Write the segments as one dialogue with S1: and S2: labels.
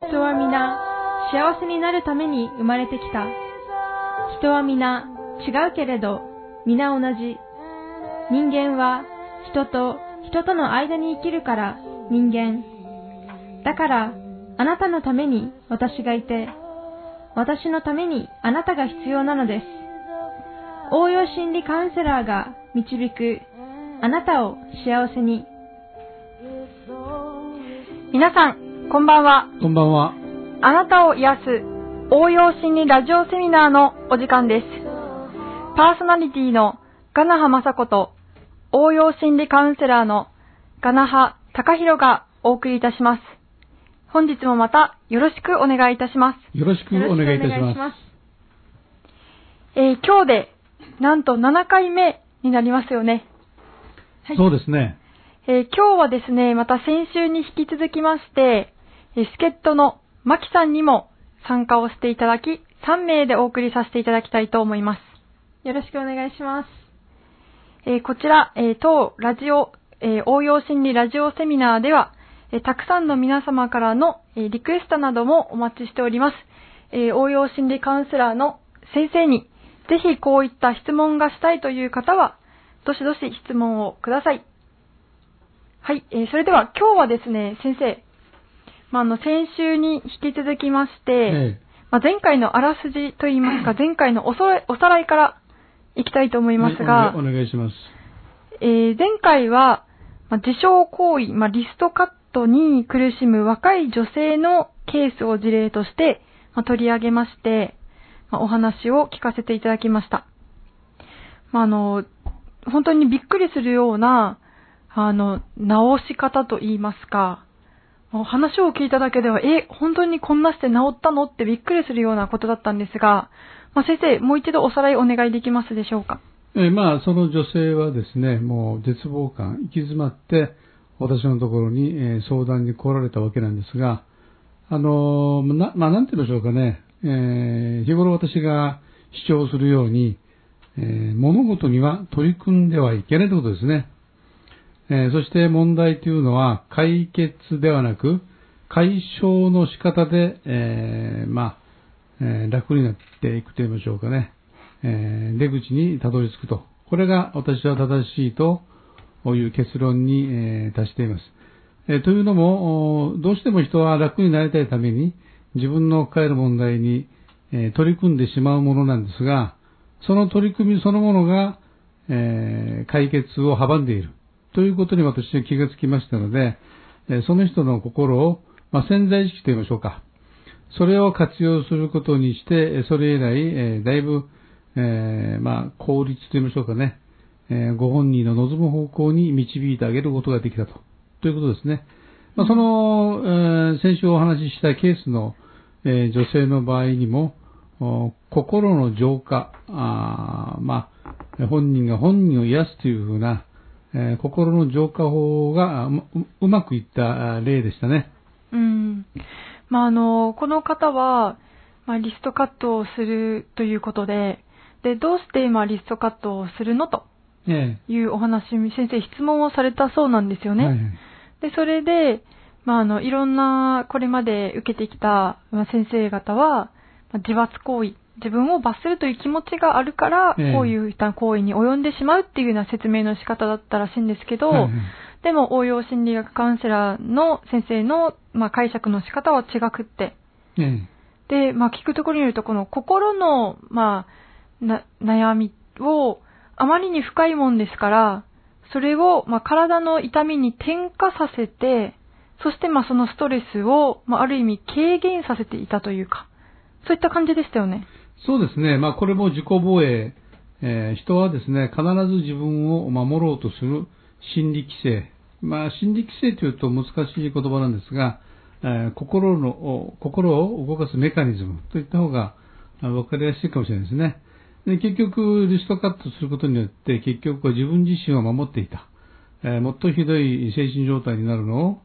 S1: は皆、幸せになるために生まれてきた。人は皆、違うけれど、皆同じ。人間は、人と人との間に生きるから、人間。だから、あなたのために私がいて、私のためにあなたが必要なのです。応用心理カウンセラーが導く、あなたを幸せに。皆さん、こんばんは。
S2: こんばんは。
S1: あなたを癒す応用心理ラジオセミナーのお時間です。パーソナリティのガナハマサコと応用心理カウンセラーのガナハタカヒロがお送りいたします。本日もまたよろしくお願いいたします。
S2: よろしくお願いいたします。
S1: えー今日でなんと7回目になりますよね。はい
S2: そうですね。
S1: えー今日はですね、また先週に引き続きまして、えー助っ人のマキさんにも参加をしていただき、3名でお送りさせていただきたいと思います。よろしくお願いします。えーこちら、えー当ラジオ、えー応用心理ラジオセミナーでは、えーたくさんの皆様からの、えーリクエストなどもお待ちしております。えー応用心理カウンセラーの先生に、ぜひこういった質問がしたいという方は、どしどし質問をください。はい、えーそれでは今日はですね、先生、まあ、あの、先週に引き続きまして、
S2: ええ
S1: まあ、前回のあらすじといいますか、前回のおそらおさらいからいきたいと思いますが、
S2: お願いします。
S1: えー前回は、まあ自傷行為、まあ、リストカットに苦しむ若い女性のケースを事例として、まあ取り上げまして、まあお話を聞かせていただきました。まあ、あの、本当にびっくりするような、あの、直し方といいますか、もう話を聞いただけでは、え、本当にこんなして治ったのってびっくりするようなことだったんですが、まあ、先生、もう一度おさらいお願いできますでしょうか。
S2: えまあ、その女性はですね、もう絶望感、行き詰まって、私のところに、えー相談に来られたわけなんですが、あのーな、まあ、なんて言うんでしょうかね、えー日頃私が主張するように、えー物事には取り組んではいけないということですね。えーそして問題というのは解決ではなく、解消の仕方で、えーまあ、えー楽になっていくと言いましょうかね。えー出口にたどり着くと。これが私は正しいという結論に、えー達しています。えーというのも、おどうしても人は楽になりたいために、自分の抱える問題に、えー取り組んでしまうものなんですが、その取り組みそのものが、えー解決を阻んでいるということに私は気がつきましたので、えーその人の心を、まあ、潜在意識と言いましょうか。それを活用することにして、えーそれ以来、えーだいぶ、えーまあ、効率と言いましょうかね、えーご本人の望む方向に導いてあげることができたと。ということですね。まあ、その、えー先週お話ししたケースの、えー女性の場合にも、お心の浄化、あーまあ、本人が本人を癒すというふうな、えー心の浄化法があううまくいったあ例でしたね。
S1: うん。まあ、あの、この方は、まあ、リストカットをするということで、で、どうして、まあ、リストカットをするのと
S2: え
S1: いうお話、先生質問をされたそうなんですよ
S2: え
S1: ね。
S2: はいはい
S1: で、それで、まあ、あの、いろんな、これまで受けてきたまあ先生方は、まあ自罰行為、自分を罰するという気持ちがあるから、
S2: ええ
S1: こういった行為に及んでしまうっていうような説明の仕方だったらしいんですけど、
S2: はいはい
S1: でも応用心理学カウンセラーの先生の、まあ、解釈の仕方は違くって。
S2: ええ
S1: で、まあ、聞くところによると、この心の、まあ、な、悩みを、あまりに深いもんですから、それを、まあ、体の痛みに転化させて、そして、まあ、そのストレスを、まあ、ある意味軽減させていたというか、そういった感じでしたよね。
S2: そうですね。まあ、これも自己防衛。えー人はですね、必ず自分を守ろうとする心理規制。まあ、心理規制というと難しい言葉なんですが、えー心の、お心を動かすメカニズムといった方があわかりやすいかもしれないですね。で結局、リストカットすることによって、結局は自分自身を守っていた。えーもっとひどい精神状態になるの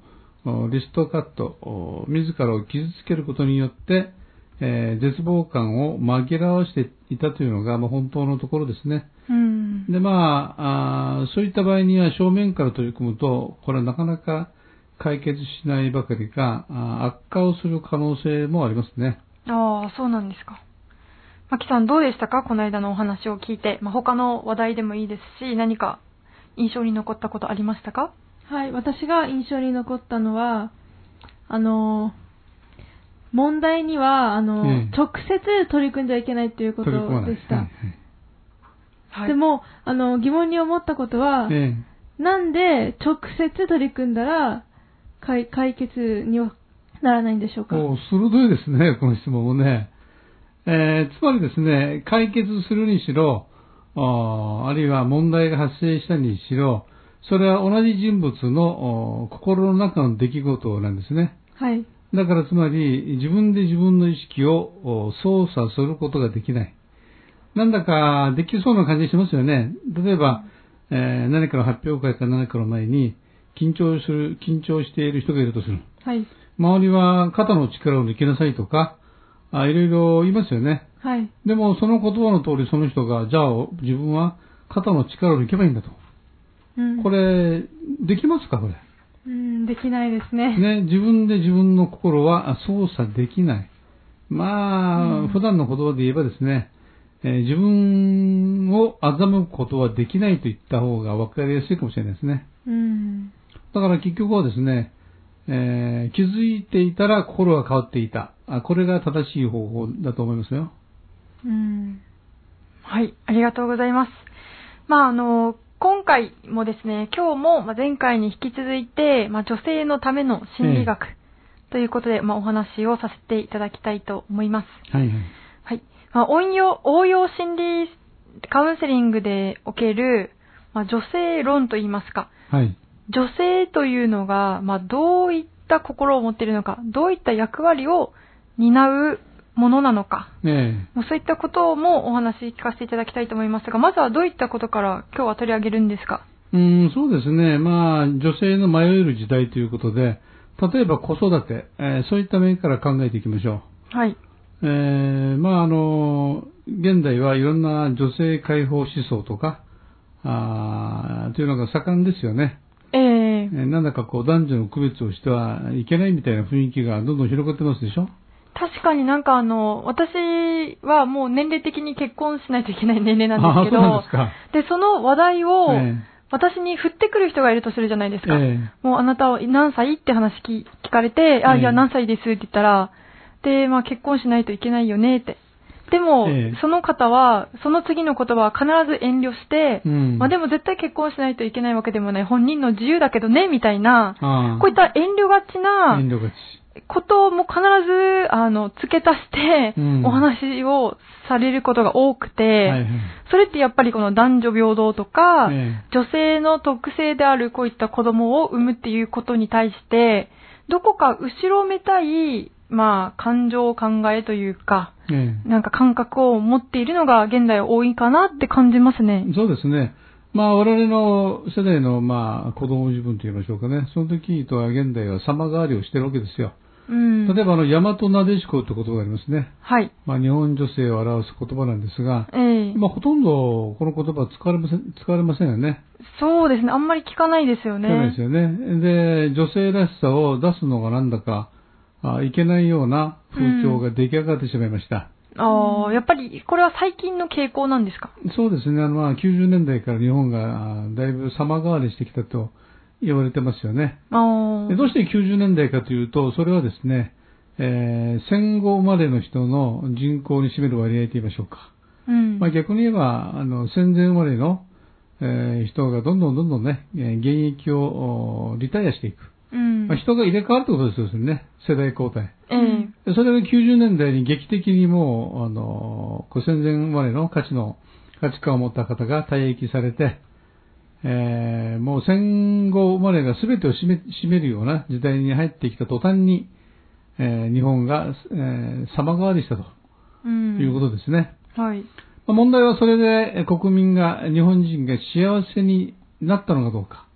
S2: を、おリストカット、お自らを傷つけることによって、えー絶望感を紛らわしていたというのが、まあ、本当のところですね。
S1: うん。
S2: で、まああーそういった場合には正面から取り組むと、これはなかなか、解決しないばかりか、あ悪化をする可能性もありますね。
S1: ああ、そうなんですか。マキさんどうでしたかこの間のお話を聞いて。まあ、他の話題でもいいですし、何か印象に残ったことありましたか
S3: はい、私が印象に残ったのは、あの、問題には、あの、
S2: ええ
S3: 直接取り組んじゃいけないということ
S2: 取
S3: で
S2: り組まない。
S3: した。
S2: はい
S1: はい。
S3: でも、あの、疑問に思ったことは
S2: はい、え
S3: なんで直接取り組んだら、解解決にはならないんでしょう
S2: え
S3: か
S2: もう鋭いですね、この質問もね。えーつまりですね、解決するにしろ、あーあるいは問題が発生したにしろ、それは同じ人物のお心の中の出来事なんですね。
S3: はい。
S2: だからつまり、自分で自分の意識をお操作することができない。なんだかできそうな感じしますよね。例えば、えー何かの発表会か何かの前に、緊張する、緊張している人がいるとする。
S3: はい。
S2: 周りは肩の力を抜きなさいとか、あいろいろ言いますよね。
S3: はい。
S2: でもその言葉の通りその人が、じゃあ自分は肩の力を抜けばいいんだと。
S3: うん。
S2: これ、できますかこれ。
S3: うん、できないですね。
S2: ね、自分で自分の心はあ操作できない。まあ、普段の言葉で言えばですね、えー自分を欺くことはできないと言った方が分かりやすいかもしれないですね。
S3: うん。
S2: だから結局はですね、えー気づいていたら心が変わっていた。あこれが正しい方法だと思いますよ。
S3: うん。
S1: はい、ありがとうございます。まあ、あの、今回もですね、今日もまあ前回に引き続いて、まあ、女性のための心理学ということで、まあ、お話をさせていただきたいと思います。
S2: はいはい。
S1: はい。まあ、応用、応用心理カウンセリングでおける、まあ、女性論といいますか、
S2: はい。
S1: 女性というのが、まあ、どういった心を持っているのか、どういった役割を担うものなのか、
S2: え
S1: もうそういったこともお話聞かせていただきたいと思いますが、まずはどういったことから今日は取り上げるんですか
S2: えうん、そうですね。まあ、女性の迷える時代ということで、例えば子育て、えーそういった面から考えていきましょう。
S1: はい。
S2: えーまああの、現代はいろんな女性解放思想とか、あーというのが盛んですよね。
S1: え
S2: え
S1: ー、
S2: ーなんだかこう男女の区別をしてはいけないみたいな雰囲気がどんどん広がってますでしょ
S1: 確かになんかあの、私はもう年齢的に結婚しないといけない年齢なんですけど、
S2: あーそうなんですか
S1: でその話題を
S2: ええ
S1: 私に振ってくる人がいるとするじゃないですか。
S2: え
S1: もうあなたは何歳って話聞聞かれて、あ、
S2: ええ
S1: いや何歳ですって言ったら、で、まあ結婚しないといけないよねって。でも、
S2: ええ
S1: その方は、その次の言葉は必ず遠慮して、
S2: うん
S1: まあでも絶対結婚しないといけないわけでもない、本人の自由だけどね、みたいな、
S2: あー
S1: こういった遠慮がちな
S2: 遠慮がち。
S1: ことも必ず、あの、付け足して
S2: う、ん
S1: お話をされることが多くて、
S2: はいはい
S1: それってやっぱりこの男女平等とか、
S2: え
S1: 女性の特性であるこういった子供を産むっていうことに対して、どこか後ろめたい、まあ、感情、考えというか、
S2: え
S1: なんか感覚を持っているのが現代多いかなって感じますね
S2: え。そうですね。まあ我々の世代のまあ子供自分と言いましょうかね。その時とは現代は様変わりをしてるわけですよ。
S1: うん。
S2: 例えばあの、大和なでしこって言葉がありますね。
S1: はい。
S2: まあ、日本女性を表す言葉なんですが、
S1: ええ
S2: 今ほとんどこの言葉は使われません、使われませんよね。
S1: そうですね。あんまり聞かないですよね。
S2: 使わないですよね。で、女性らしさを出すのがなんだか、あいけないような風潮が出来上がってしまいました。
S1: ああ、やっぱり、これは最近の傾向なんですか
S2: そうですね。あの、まあ、90年代から日本があだいぶ様変わりしてきたと言われてますよね。
S1: ああ。
S2: でどうして90年代かというと、それはですね、えー戦後生まれの人の人口に占める割合と言いましょうか。
S1: うん。
S2: まあ、逆に言えば、あの、戦前生まれの、えー人がどんどんどんどんね、えー現役をおーリタイアしていく。
S1: うん。
S2: まあ、人が入れ替わるってことですよね。世代交代。
S1: ええ
S2: でそれが90年代に劇的にもう、あのーこう戦前生まれの価値の、価値観を持った方が退役されて、えーもう戦後生まれが全てを占め占めるような時代に入ってきた途端に、えー日本が、えー様変わりしたと
S1: うん。
S2: いうことですね。
S1: と。はい。
S2: まあ問題はそれでえー国民が、日本人が幸せになったのかどうか、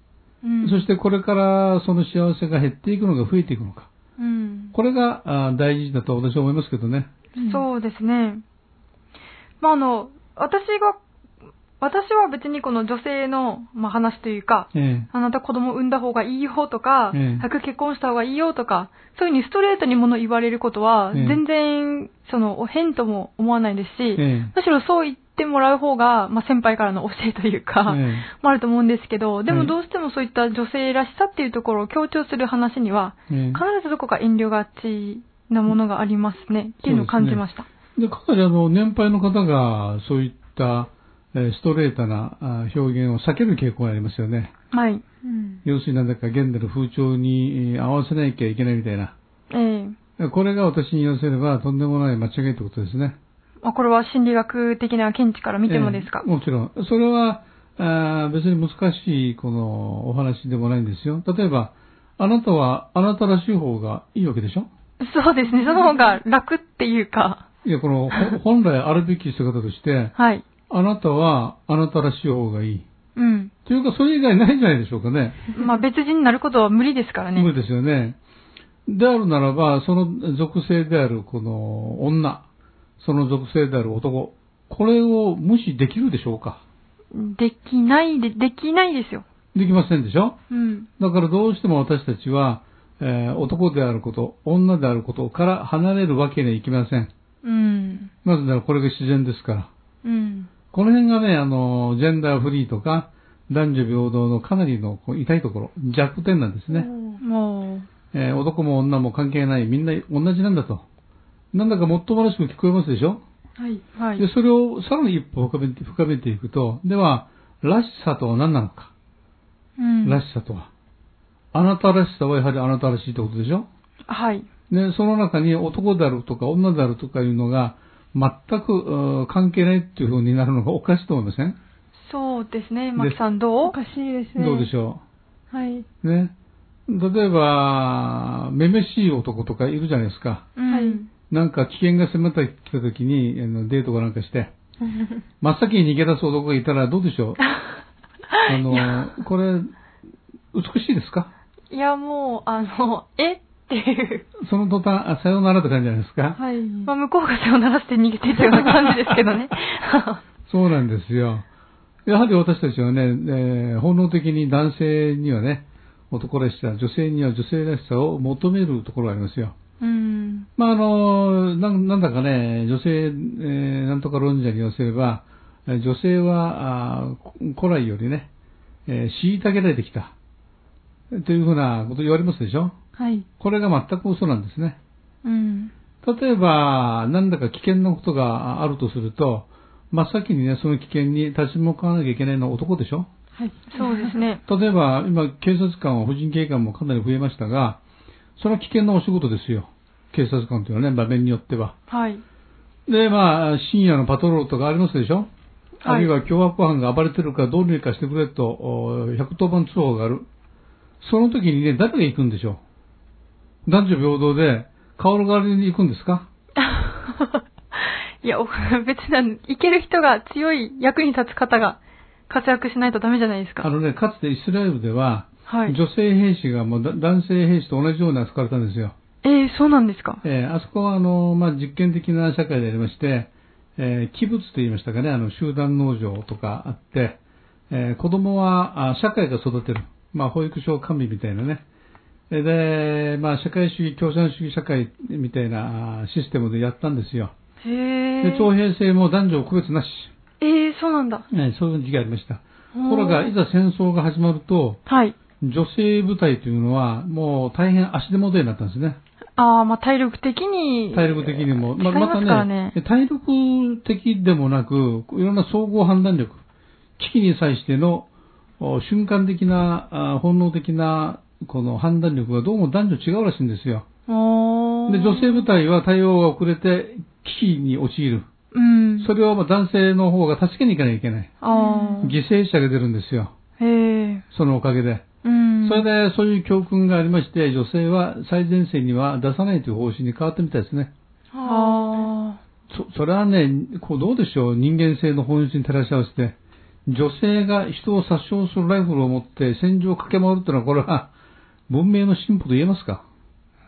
S1: うん。
S2: そしてこれからその幸せが減っていくのか増えていくのか、
S1: うん。
S2: これがあー大事だと私は思いますけどね。
S1: そうですね。まあ、あの、私が、私は別にこの女性の、まあ、話というか、
S2: ええ
S1: あなた子供産んだ方がいいよとか、
S2: ええ
S1: 早く結婚した方がいいよとか、そういうふうにストレートに物言われることは、
S2: ええ
S1: 全然、その、変とも思わないですし、
S2: ええ
S1: むしろそう言ってもらう方が、まあ、先輩からの教えというか、
S2: ええ
S1: もあると思うんですけど、で
S2: は
S1: も
S2: い
S1: どうしてもそういった女性らしさっていうところを強調する話には、
S2: ええ
S1: 必ずどこか遠慮がちなものがありますね、っていうのを感じました。
S2: でかなりあの年配の方がそういったえーストレートなあー表現を避ける傾向がありますよね。
S1: はい。
S3: うん。
S2: 要するになんだか現代の風潮にえー合わせなきゃいけないみたいな。
S1: ええ
S2: これが私に言わせればとんでもない間違いってことですね。
S1: まあ、これは心理学的な見地から見てもですか
S2: ええ。もちろん。それは、あー別に難しいこのお話でもないんですよ。例えば、あなたはあなたらしい方がいいわけでしょ
S1: そうですね、その方が楽っていうか、
S2: いや、この、ほ 本来あるべき姿として、
S1: はい。
S2: あなたはあなたらしい方がいい。
S1: うん。
S2: というか、それ以外ないんじゃないでしょうかね。
S1: まあ、別人になることは無理ですからね。
S2: 無理ですよね。であるならば、その属性であるこの女、その属性である男、これを無視できるでしょうか
S1: できないで、できないですよ。
S2: できませんでしょ
S1: うん。
S2: だからどうしても私たちは、えー男であること、女であることから離れるわけにはいきません。
S1: うん。
S2: なぜならこれが自然ですから。
S1: うん。
S2: この辺がね、あの、ジェンダーフリーとか、男女平等のかなりのこう痛いところ、弱点なんですね。
S1: もう、
S2: えー男も女も関係ない、みんな同じなんだと。なんだかもっともらしく聞こえますでしょ、
S3: はい。
S1: はい
S2: で、。それをさらに一歩深めて深めていくと、では、らしさとは何なのか、
S1: うん。
S2: らしさとは。あなたらしさはやはりあなたらしいってことでしょ
S1: はい。
S2: ね、その中に男であるとか女であるとかいうのが全くうー関係ないっていう風になるのがおかしいと思いません、
S1: そうですね、マキさんどう
S3: おかしいですね。
S2: どうでしょ
S3: はい。
S2: うね。例えば、めめしい男とかいるじゃないですか。
S1: うん
S3: はい
S2: なんか危険が迫ってきた時にあのデートかなんかして、真っ先に逃げ出す男がいたらどうでしょうあの、これ、美しいですか
S1: いや、もう、あの、えっていう。
S2: その途端、あさようならって感じじゃないですか、
S3: はい。
S1: まあ、向こうが手を鳴らして逃げてったような感じですけどね。
S2: そうなんですよ。やはり私たちはね、えー本能的に男性にはね、男らしさ、女性には女性らしさを求めるところがありますよ。
S1: うん。
S2: まあ、あの、なんなんだかね、女性、えーなんとか論者に言わせれば、えー女性は、あーこ古来よりね、えー虐げられてきた。というふうなこと言われますでしょ
S3: はい。
S2: これが全く嘘なんですね。
S1: うん。
S2: 例えば、なんだか危険なことがあるとすると、真っ先にね、その危険に立ち向かわなきゃいけないのは男でしょ
S3: はい。
S1: そうですね。
S2: 例えば、今、警察官は、婦人警官もかなり増えましたが、その危険なお仕事ですよ。警察官というのはね、場面によっては。
S1: はい。
S2: で、まあ、深夜のパトロールとかありますでしょ、あるい
S1: は
S2: は凶悪犯が暴れてるからどうにかしてくれと、お110番通報がある。その時にね、誰が行くんでしょう男女平等で、顔の代わりに行くんですか
S1: いや、お 別に、いける人が強い役に立つ方が活躍しないとダメじゃないです
S2: あ
S1: か。
S2: のね、かつてイスラエルでは、
S1: はい。
S2: 女性兵士がもうだ男性兵士と同じように扱われたんですよ。
S1: えー、そうなんですか。
S2: えーあそこはあの、まあ、実験的な社会でありまして、えー、器物と言いましたかね、あの集団農場とかあって、えー子供はあ社会が育てる、まあ、保育所管理みたいなね、えーで、まあ、社会主義、共産主義社会みたいなあシステムでやったんですよ。
S1: へえ。
S2: で徴兵制も男女区別なし、
S1: えー、そうなんだ。
S2: えーそういう時期がありました。と
S1: ほう
S2: ころが、いざ戦争が始まると、
S1: はい。
S2: 女性部隊というのは、もう大変足手まといになったんですね。
S1: ああ、まあ、体力的に。
S2: 体力的にも。
S1: ま、ま
S2: た
S1: たね。
S2: 体力的でもなく、いろんな総合判断力、危機に際してのお瞬間的な、あ本能的な、この判断力がどうも男女違うらしいんですよ。
S1: おー
S2: で、女性部隊は対応が遅れて危機に陥る。
S1: うん。
S2: それをまあ男性の方が助けに行かなきゃいけない。
S1: ああ。
S2: 犠牲者が出るんですよ。
S1: へえ。
S2: そのおかげで。
S1: うん。
S2: それで、そういう教訓がありまして、女性は最前線には出さないという方針に変わったみたいですね。
S1: あ
S2: そ、それはね、こうどうでしょう、人間性の本質に照らし合わせて、女性が人を殺傷するライフルを持って戦場を駆け回るってのは、これは文明の進歩と言えますか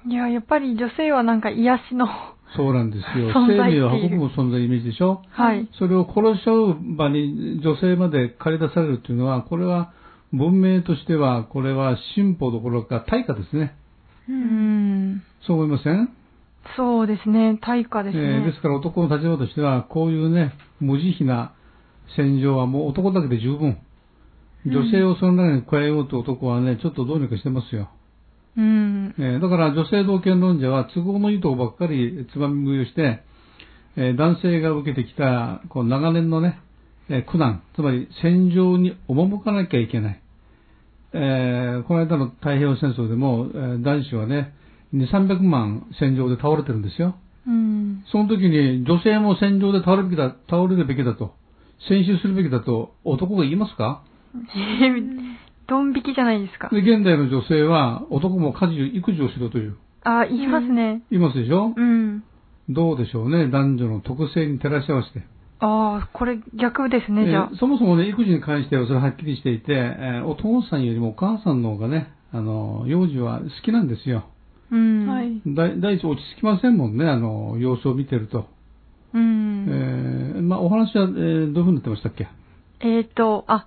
S1: あ。いや、やっぱり女性はなんか癒しの
S2: そうなんですよ。
S1: 存在
S2: 生
S1: ってい
S2: 命
S1: う
S2: を運ぶ存在イメージでしょ
S1: はい。
S2: それを殺しちゃう場に女性まで駆り出されるというのは、これは文明としては、これは進歩どころか対価ですね。
S3: う。
S1: うんん。
S2: そう思いません
S1: そうですね。対価ですね。
S2: えーですから男の立場としては、こういうね、無慈悲な戦場はもう男だけで十分。女性をその中に加えようと男はね、ちょっとどうにかしてますよ。
S1: うん。
S2: えーだから女性同権論者は都合のいいとこばっかりつまみ食いをして、えー男性が受けてきたこう長年のね、えー苦難、つまり戦場に赴かなきゃいけない。えーこの間の太平洋戦争でも、えー男子はね、2、300万戦場で倒れてるんですよ。
S1: うん。
S2: その時に女性も戦場で倒れるべきだ、倒れるべきだと、戦死するべきだと男が言いますか
S1: えー ドン引きじゃないですか
S2: で。現代の女性は男も家事、育児をしろという、
S1: あ、言いますね。
S2: 言いますでしょ
S1: うん。
S2: どうでしょうね、男女の特性に照らし合わせて。
S1: ああ、これ逆ですね、
S2: えー
S1: じゃあ。
S2: そもそもね、育児に関してはそれはっきりしていて、えーお父さんよりもお母さんの方がね、あの、幼児は好きなんですよ。
S1: うん。
S3: はい。
S2: だい第一落ち着きませんもんね、あの、様子を見てると。
S1: うん。
S2: えーまあ、お話は、えーどういうふうになってましたっけ
S1: えっ、と、あ、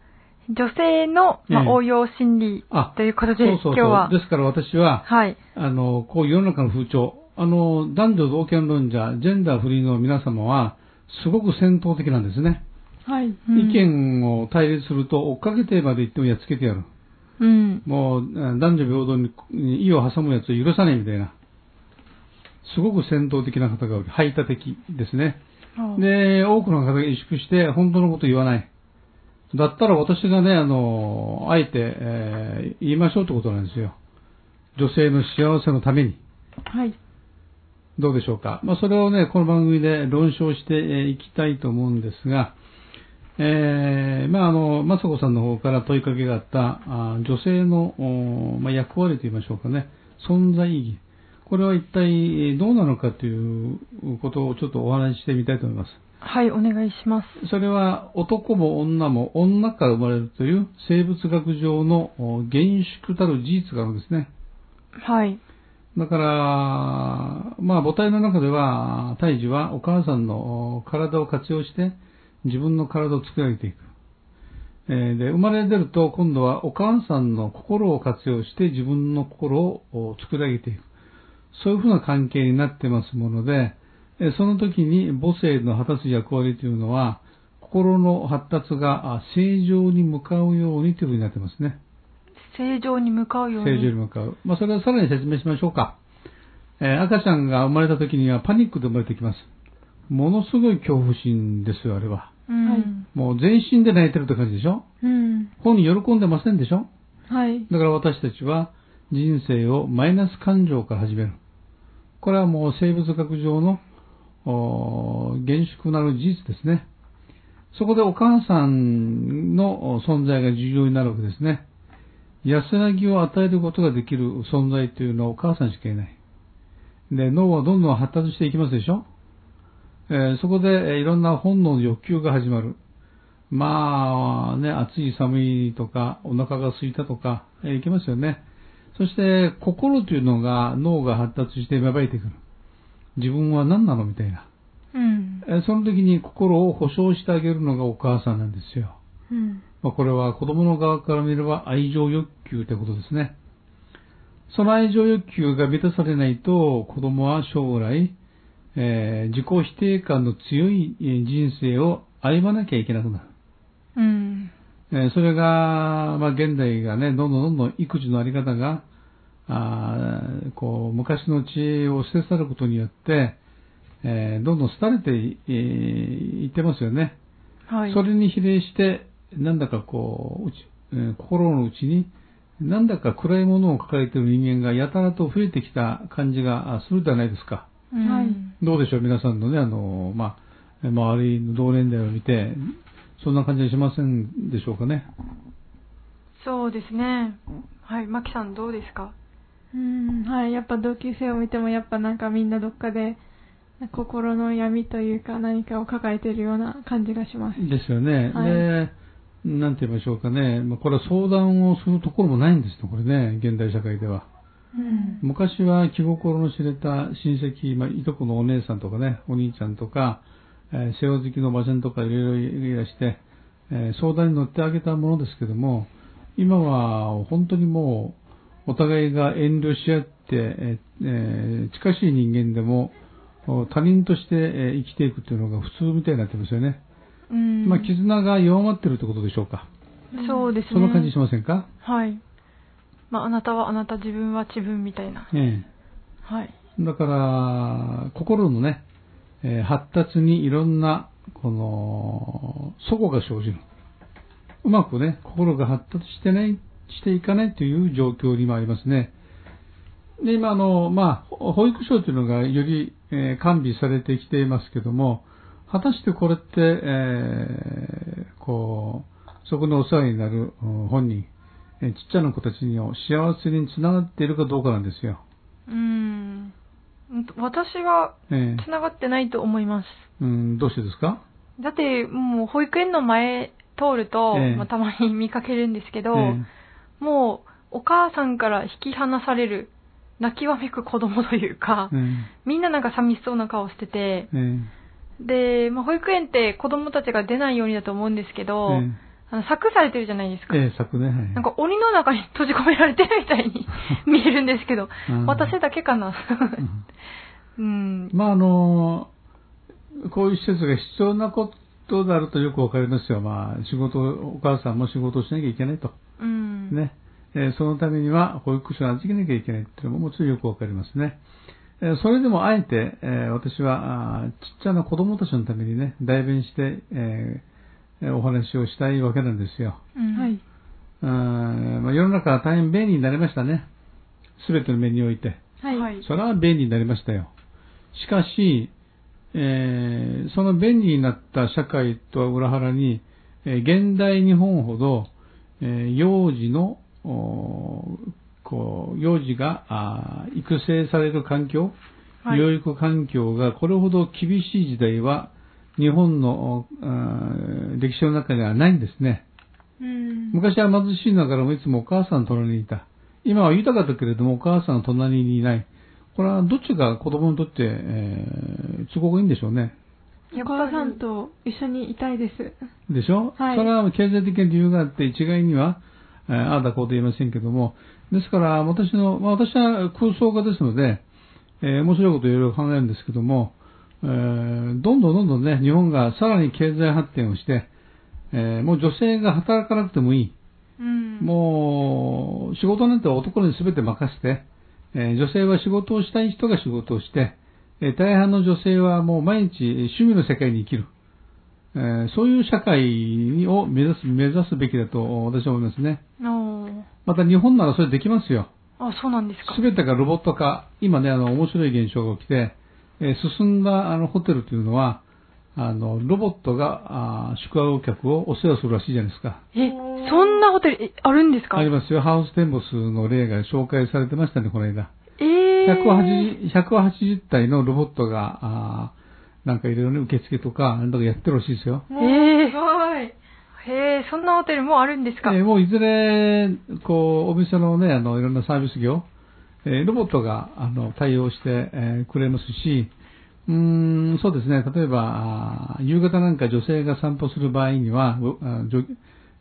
S1: 女性の、まあ
S2: ええ
S1: 応用心理
S2: あ
S1: という形で、今日は。
S2: ですから私は、
S1: はい。
S2: あの、こういう世の中の風潮、あの、男女同権論者、ジェンダーフリーの皆様は、すごく戦闘的なんですね。
S3: はい。
S1: うん
S2: 意見を対立すると、追っかけてまで行ってもやっつけてやる。
S1: うん。
S2: もう、えー男女平等にに意を挟むやつを許さないみたいな。すごく戦闘的な方が多い。排他的ですね。で、多くの方が萎縮して、本当のこと言わない。だったら私がね、あの、あえて、えー言いましょうってことなんですよ。女性の幸せのために。
S3: はい。
S2: どうでしょうか。まあ、それをね、この番組で論証してえーいきたいと思うんですが、えーまあ、あの、雅子さんの方から問いかけがあった、あー女性の、おーまあ、役割と言いましょうかね、存在意義。これは一体えーどうなのかということをちょっとお話ししてみたいと思います。
S1: はい、お願いします。
S2: それは男も女も女から生まれるという生物学上のお厳粛たる事実があるんですね。
S1: はい。
S2: だから、まあ母体の中では、胎児はお母さんのお体を活用して自分の体を作り上げていく。えーで、生まれ出ると今度はお母さんの心を活用して自分の心をお作り上げていく。そういうふうな関係になってますもので、えーその時に母性の果たす役割というのは、心の発達があ正常に向かうようにというふうになってますね。
S1: 正常に向かうように。
S2: 正常に向かう。まあ、それはさらに説明しましょうか。えー赤ちゃんが生まれた時にはパニックで生まれてきます。ものすごい恐怖心ですよ、あれは。
S1: うん。
S3: はい
S2: もう全身で泣いてるって感じでしょ
S3: うん。
S2: 本人喜んでませんでしょ
S3: はい。
S2: だから私たちは人生をマイナス感情から始める。これはもう生物学上のおー厳粛なる事実ですね。そこでお母さんのお存在が重要になるわけですね。安らぎを与えることができる存在というのはお母さんしかいない。で、脳はどんどん発達していきますでしょ、えーそこで、えーいろんな本能の欲求が始まる。まあね、暑い寒いとか、お腹が空いたとか、えーいきますよね。そして、心というのが脳が発達して芽生えてくる。自分は何なのみたいな。
S1: うん。
S2: えーその時に心を保証してあげるのがお母さんなんですよ。
S3: うん。
S2: まあ、これは子供の側から見れば愛情欲求ってことですね。その愛情欲求が満たされないと子供は将来、えー自己否定感の強いえー人生を歩まなきゃいけなくなる。
S1: うん。
S2: えーそれが、まあ、現代がね、どんどんどんどん育児のあり方が、あーこう、昔の知恵を捨て去ることによって、えーどんどん廃れてい、えーいってますよね。
S1: はい。
S2: それに比例して、なんだかこう、うちえー心の内に、なんだか暗いものを抱えている人間がやたらと増えてきた感じがあするではないですか。
S1: うん
S3: はい
S2: どうでしょう、皆さんのね、あの、まあ、えー周りの同年代を見て、そんな感じはしませんでしょうかね。
S1: そうですね。はい、マキさんどうですか
S3: うん。はい。やっぱ同級生を見ても、やっぱなんかみんなどっかで、心の闇というか何かを抱えているような感じがします。
S2: ですよね。
S3: はい
S2: で、なんて言いましょうかね。まあ、これは相談をするところもないんですね、これね、現代社会では。
S3: うん
S2: 昔は気心の知れた親戚、まあ、いとこのお姉さんとかね、お兄ちゃんとか、えー、背負好きのおばちゃんとかいろいろいらして、えー相談に乗ってあげたものですけども、今は本当にもう、お互いが遠慮し合って、えーえー近しい人間でも、お他人としてえー生きていくというのが普通みたいになってますよね。
S1: うん
S2: まあ、絆が弱まってるってことでしょうか。
S1: そうですね。
S2: そんな感じしませんか、
S1: はい。まあ、あなたはあなた、自分は自分みたいな。
S2: ええ
S1: はい。
S2: だから、心のね、えー発達にいろんな、この、祖母が生じる。うまくね、心が発達してない、していかないという状況にもありますね。で、今、あの、まあ、ほ保育所というのがより、えー完備されてきていますけども、果たしてこれって、えーこう、そこのお世話になるうん本人、えーちっちゃな子たちにを幸せにつながっているかどうかなんですよ。
S1: うん。私は、
S2: えー
S1: つながってないと思います。
S2: うん、どうしてですか
S1: だって、もう保育園の前通ると、
S2: ええ
S1: まあ、たまに見かけるんですけど、
S2: え
S1: もう、お母さんから引き離される、泣きわめく子供というか、
S2: えうん
S1: みんななんか寂しそうな顔してて、
S2: ええ
S1: で、まあ、保育園って子供たちが出ないようにだと思うんですけど、
S2: え
S1: あの柵されてるじゃないですか。
S2: ええ昨年、はい
S1: なんか鬼の中に閉じ込められてるみたいに 見えるんですけど
S2: うん、
S1: 私だけかな。
S2: うん
S1: うん。
S2: まああのこういう施設が必要なことであるとよくわかりますよ、まあ、仕事お母さんも仕事をしなきゃいけないと、
S1: うん。
S2: ねえーそのためには保育所を預けなきゃいけないというのももちろんよくわかりますね、えーそれでもあえて、えー私はあーちっちゃな子供たちのためにね代弁して、えーえーお話をしたいわけなんですよ。
S1: うん
S3: はい。
S2: うーんまあ、世の中は大変便利になりましたね。すべての面において。
S3: はい。
S1: はい
S2: それは便利になりましたよ。しかし、えーその便利になった社会とは裏腹に、えー現代日本ほど、えー幼児の、おーこう、幼児があー育成される環境、
S1: はい
S2: 養育環境がこれほど厳しい時代は、日本のおあー歴史の中にはないんですね。
S3: うん。
S2: 昔は貧しいながらもいつもお母さんの隣にいた。今は豊かだけれどもお母さんの隣にいない。これはどっちが子供にとって、えー都合がいいんでしょうね。
S3: お母さんと一緒にいたいです。
S2: でしょ、
S3: はい
S2: それは経済的な理由があって一概には、えーああだこうと言いませんけども。ですから私の、まあ、私は空想家ですので、えー面白いこといろいろ考えるんですけども、えーどんどんどんどんね、日本がさらに経済発展をして、えーもう女性が働かなくてもいい。
S1: うん。
S2: もう、仕事なんて男に全て任せて、えー女性は仕事をしたい人が仕事をして、えー大半の女性はもう毎日趣味の世界に生きる。えーそういう社会を目指す、目指すべきだと私は思いますね。
S1: おー
S2: また日本ならそれできますよ。
S1: あ、そうなんですか。
S2: すべてがロボット化。今ね、あの、面白い現象が起きて、えー進んだあのホテルというのは、あの、ロボットがあー宿泊客をお世話するらしいじゃないですか。
S1: え、そんなホテル、えあるんですか
S2: ありますよ。ハウステンボスの例が紹介されてましたね、この間。
S1: えー。
S2: 180, 180体のロボットが、あーなんかいろいろね、受付とか、なんとかやってるらしいですよ。
S1: え
S3: すごい。
S1: へえ、そんなホテルもうあるんですか
S2: えーもういずれ、こう、お店のね、あの、いろんなサービス業、えーロボットが、あの、対応して、えーくれますし、うーん、そうですね、例えば、あー夕方なんか女性が散歩する場合には、ウォあジョ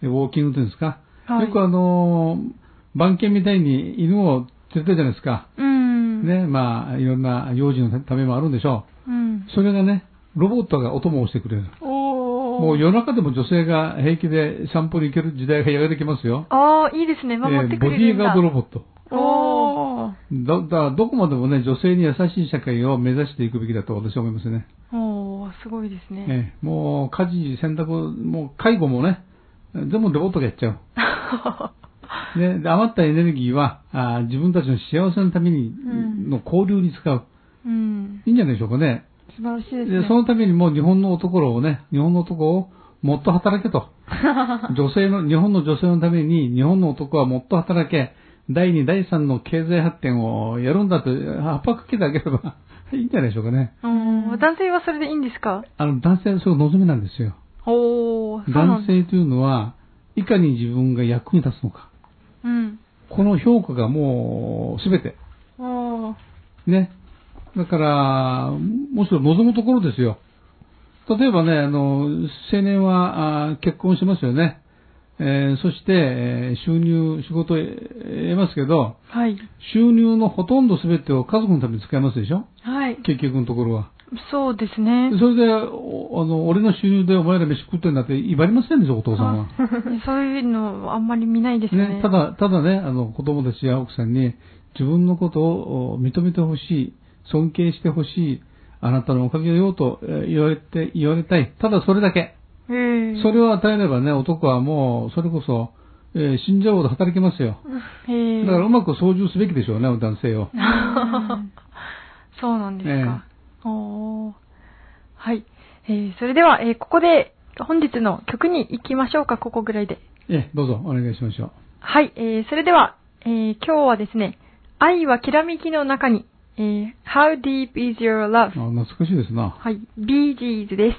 S2: ウォーキングというんですか、
S1: はい
S2: よくあのー番犬みたいに犬を連れてるじゃないですか。
S1: うん。。
S2: ね、まあ、いろんな用事のためもあるんでしょう。
S1: うん。
S2: それがね、ロボットがお供をしてくれる。
S3: おー。
S2: もう夜中でも女性が平気で散歩に行ける時代がやがてきますよ。
S1: ああ、いいですね。守って
S2: えー
S1: く
S2: ボデ
S1: れる
S2: ィー
S1: ん
S2: ガー
S1: だ。
S2: ドロボット。
S3: おー。
S2: だ、だからどこまでもね、女性に優しい社会を目指していくべきだと私は思いますね。
S1: おー、すごいですね。
S2: えーもう家事、洗濯、もう介護もね、全部ロボットがやっちゃう。ね、で余ったエネルギーはあー自分たちの幸せのために
S3: ん
S2: の交流に使う。
S1: うん。
S2: いいんじゃないでしょうかね。
S3: 素晴らしいです
S2: で
S3: ね。
S2: そのためにもう日本の男をね、日本の男をもっと働 けと。女性の、日本の女性のために日本の男はもっと働け、第2、第3の経済発展をやるんだと、圧迫かけてあげれば いいんじゃないでしょうかね。
S1: おー男性はそれでいいんですか
S2: あの、男性はそれが望みなんですよ。
S1: おー、そうな
S2: 男
S1: んです。
S2: 性というのは、いかに自分が役に立つのか。
S1: うん。
S2: この評価がもうすべて。
S3: おー
S2: ね。だから、むしろ望むところですよ。例えばね、あの、青年はあー結婚しますよね。えーそして、えー収入、仕事を得ますけど、
S1: はい。
S2: 収入のほとんど全てを家族のために使いますでしょ
S3: はい。
S2: 結局のところは。
S1: そうですね。
S2: それで、おあの、俺の収入でお前ら飯食ってんだって威張りませんでしょ、お父さんは。
S1: そういうのあんまり見ないですね。
S2: ね、ただ、ただね、あの、子供たちや奥さんに、自分のことをお認めてほしい、尊敬してほしい、あなたのおかげよとえー言われて、言われたい。ただそれだけ。
S1: えー、
S2: それを与えればね、男はもう、それこそ、えー死んじゃうほど働きますよ。
S1: えー
S2: だからうまく操縦すべきでしょうね、男性を。
S1: そうなんですか。おーはい。えー、それでは、えーここで本日の曲に行きましょうか、ここぐらいで。
S2: ええ、どうぞ、お願いしましょう。
S1: はい。えー、それでは、えー、今日はですね、愛はきらめきの中に、えー、How Deep Is Your Love?
S2: あ懐かしいですな。
S1: はい。ビージーズです。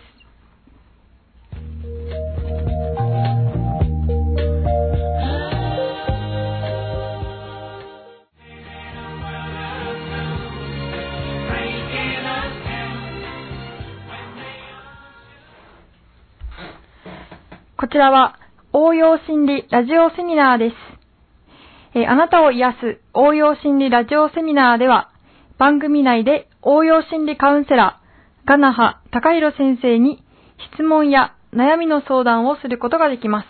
S1: こちらは応用心理ラジオセミナーです。えーあなたを癒す応用心理ラジオセミナーでは、番組内で応用心理カウンセラー、ガナハ高弘先生に質問や悩みの相談をすることができます。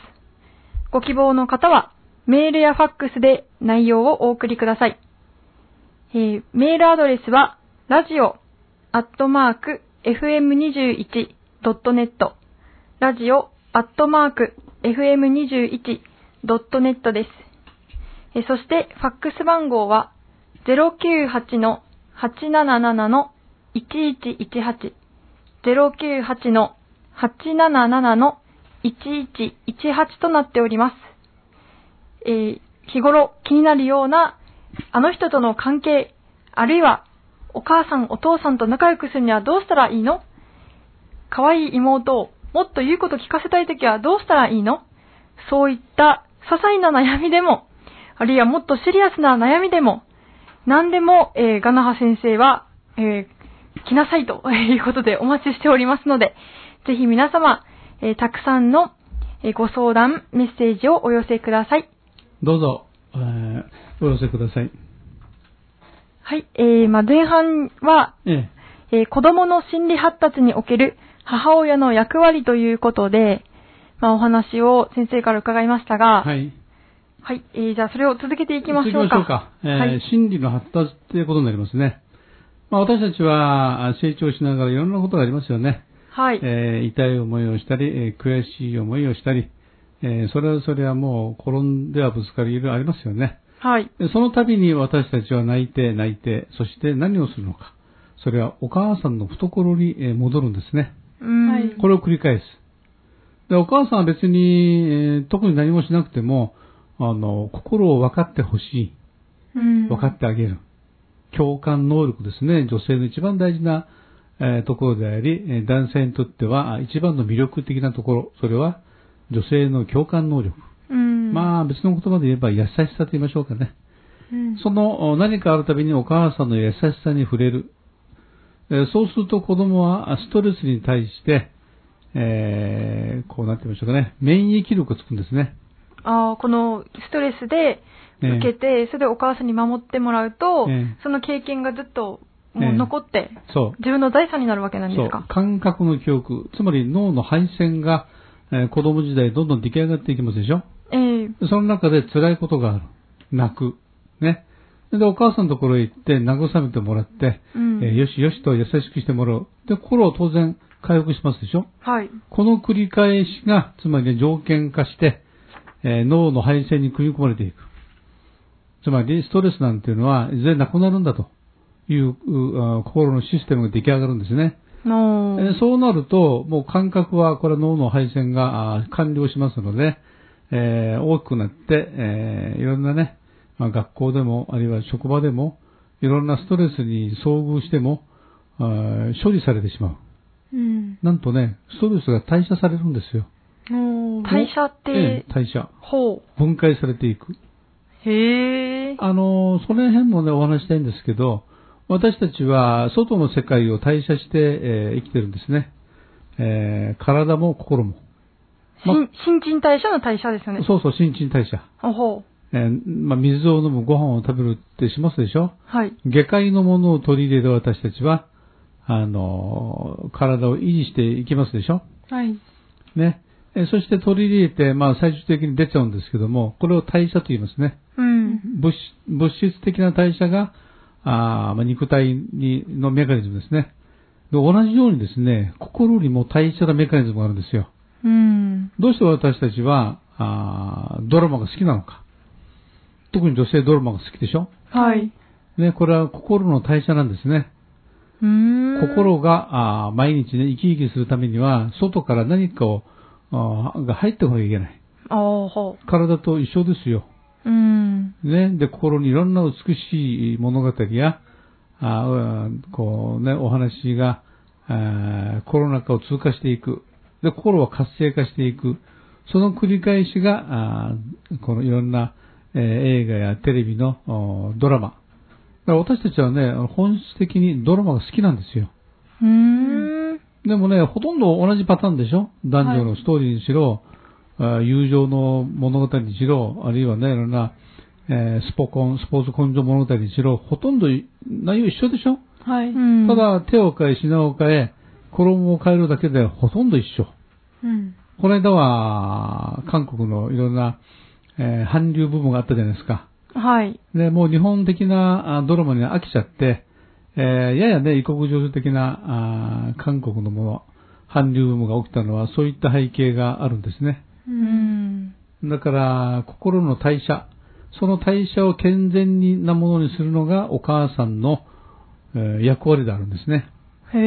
S1: ご希望の方は、メールやファックスで内容をお送りください。えーメールアドレスは、ラジオ、アットマーク、fm21.net、ラジオ、アットマーク、fm21.net です。えーそして、ファックス番号は、098-877-1118、098-877-1118となっております。えー日頃気になるようなあの人との関係、あるいはお母さんお父さんと仲良くするにはどうしたらいいの可愛い妹をもっと言うこと聞かせたいときはどうしたらいいのそういった些細な悩みでも、あるいはもっとシリアスな悩みでも、何でも、えーガナハ先生は、えー来なさいと いうことでお待ちしておりますので、ぜひ皆様、えーたくさんの、えーご相談、メッセージをお寄せください。
S2: どうぞ、えーお寄せください。
S1: はい、えーまあ、前半は、
S2: ええ、
S1: えー子供の心理発達における母親の役割ということで、まあ、お話を先生から伺いましたが、はい、
S2: い。
S1: えーじゃあそれを続けていきましょう
S2: 行きまし
S1: か。
S2: ょうか。えー
S1: はい、
S2: 心理の発達ということになりますね。まあ、私たちはあ成長しながらいろんなことがありますよね。
S1: はい、
S2: えー痛い思いをしたり、えー悔しい思いをしたり、えーそれはそれはもう転んではぶつかりいろいろありますよね。
S1: はい、
S2: でその度に私たちは泣いて泣いて、そして何をするのか。それはお母さんの懐にえー戻るんですね。
S1: うん
S3: はい
S2: これを繰り返す。で、お母さんは別に、えー特に何もしなくても、あの、心を分かってほし
S1: うん
S2: い。分かってあげる。共感能力ですね。女性の一番大事な、えーところであり、えー男性にとってはあ一番の魅力的なところ。それは、女性の共感能力。
S1: うん
S2: まあ、別の言葉で言えば優しさと言いましょうかね。
S3: うん
S2: そのお何かあるたびにお母さんの優しさに触れる。えーそうすると子供はあストレスに対して、えーこうなってみましょうかね。免疫力がつくんですね。
S1: あーこのストレスで受けて、それでお母さんに守ってもらうと、
S2: ええ
S1: その経験がずっともう
S2: ええ
S1: 残って、
S2: そう。
S1: 自分の財産になるわけなんで
S2: そ
S1: す
S2: う
S1: か。
S2: 感覚の記憶。つまり脳の配線が、えー子供時代どんどん出来上がっていきますでしょ
S1: ええ
S2: その中で辛いことがある。泣く。ね。で、お母さんのところへ行って慰めてもらって、
S1: うん
S2: えーよしよしと優しくしてもらう。で、心を当然回復しますでしょ
S1: はい。
S2: この繰り返しが、つまりね条件化して、えー脳の配線に組み込まれていく。つまり、ストレスなんていうのは、いずれなくなるんだという、うあー心のシステムが出来上がるんですね。え
S1: の
S2: ーそうなると、もう感覚は、これは脳の配線があー完了しますので、えー大きくなって、えーいろんなね、まあ、学校でも、あるいは職場でも、いろんなストレスに遭遇しても、あー処理されてしまう。
S3: うん。
S2: なんとね、ストレスが代謝されるんですよ。
S3: おー
S1: 代謝っ
S2: え
S1: て
S2: え、代謝。
S1: ほう。
S2: 分解されていく。
S1: へへえ。
S2: あの、その辺もね、お話ししたいんですけど、私たちは外の世界を代謝して、えー生きてるんですね。えー体も心も。ま
S1: 新新陳代謝の代謝ですよね。
S2: そうそう、新陳代謝。
S1: おほう。
S2: えーまあ、水を飲む、ご飯を食べるってしますでしょ
S1: はい。
S2: 下界のものを取り入れた私たちは、あの、体を維持していきますでしょ
S3: はい。
S2: ね。えーそして取り入れて、まあ、最終的に出ちゃうんですけども、これを代謝と言いますね。
S1: うん。
S2: 物質物質的な代謝が、あーまあ、肉体にのメカニズムですね。で同じようにですね、心にも代謝のメカニズムがあるんですよ。
S1: うん。
S2: どうして私たちは、あードラマが好きなのか。特に女性ドラマが好きでしょ
S1: はい。
S2: ね、これは心の代謝なんですね。
S1: うーん。。
S2: 心が、あー毎日ね、生き生きするためには、外から何かを、あーが入ってこなきゃいけない。
S1: おほ
S2: 体と一緒ですよ。
S1: う。うん。
S2: ね、で、心にいろんな美しい物語や、あうんこうね、お話が、あコロナ禍を通過していく。で、心は活性化していく。その繰り返しが、あこのいろんな、えー映画やテレビのおドラマ。だから私たちはね、本質的にドラマが好きなんですよ。
S1: うーん。
S2: でもね、ほとんど同じパターンでしょ男女のストーリーにしろ、あ友情の物語にしろ、あるいはね、いろんな、えースポコン、スポーツ根性物語にしろ、ほとんどい内容一緒でしょ、
S3: は
S1: う
S3: い。
S1: ん。
S2: た、だ、手を変え、品を変え、衣を変えるだけでほとんど一緒。
S3: うん。
S2: この間は、韓国のいろんな、えー韓流部門があったじゃないですか。
S1: はい。
S2: で、もう日本的なあドラマには飽きちゃって、えーややね、異国情緒的な、あー韓国のもの、韓流ブームが起きたのは、そういった背景があるんですね。
S3: う。
S1: うんん。
S2: だから、心の代謝、その代謝を健全なものにするのが、お母さんの、えー役割であるんですね。
S1: へえ。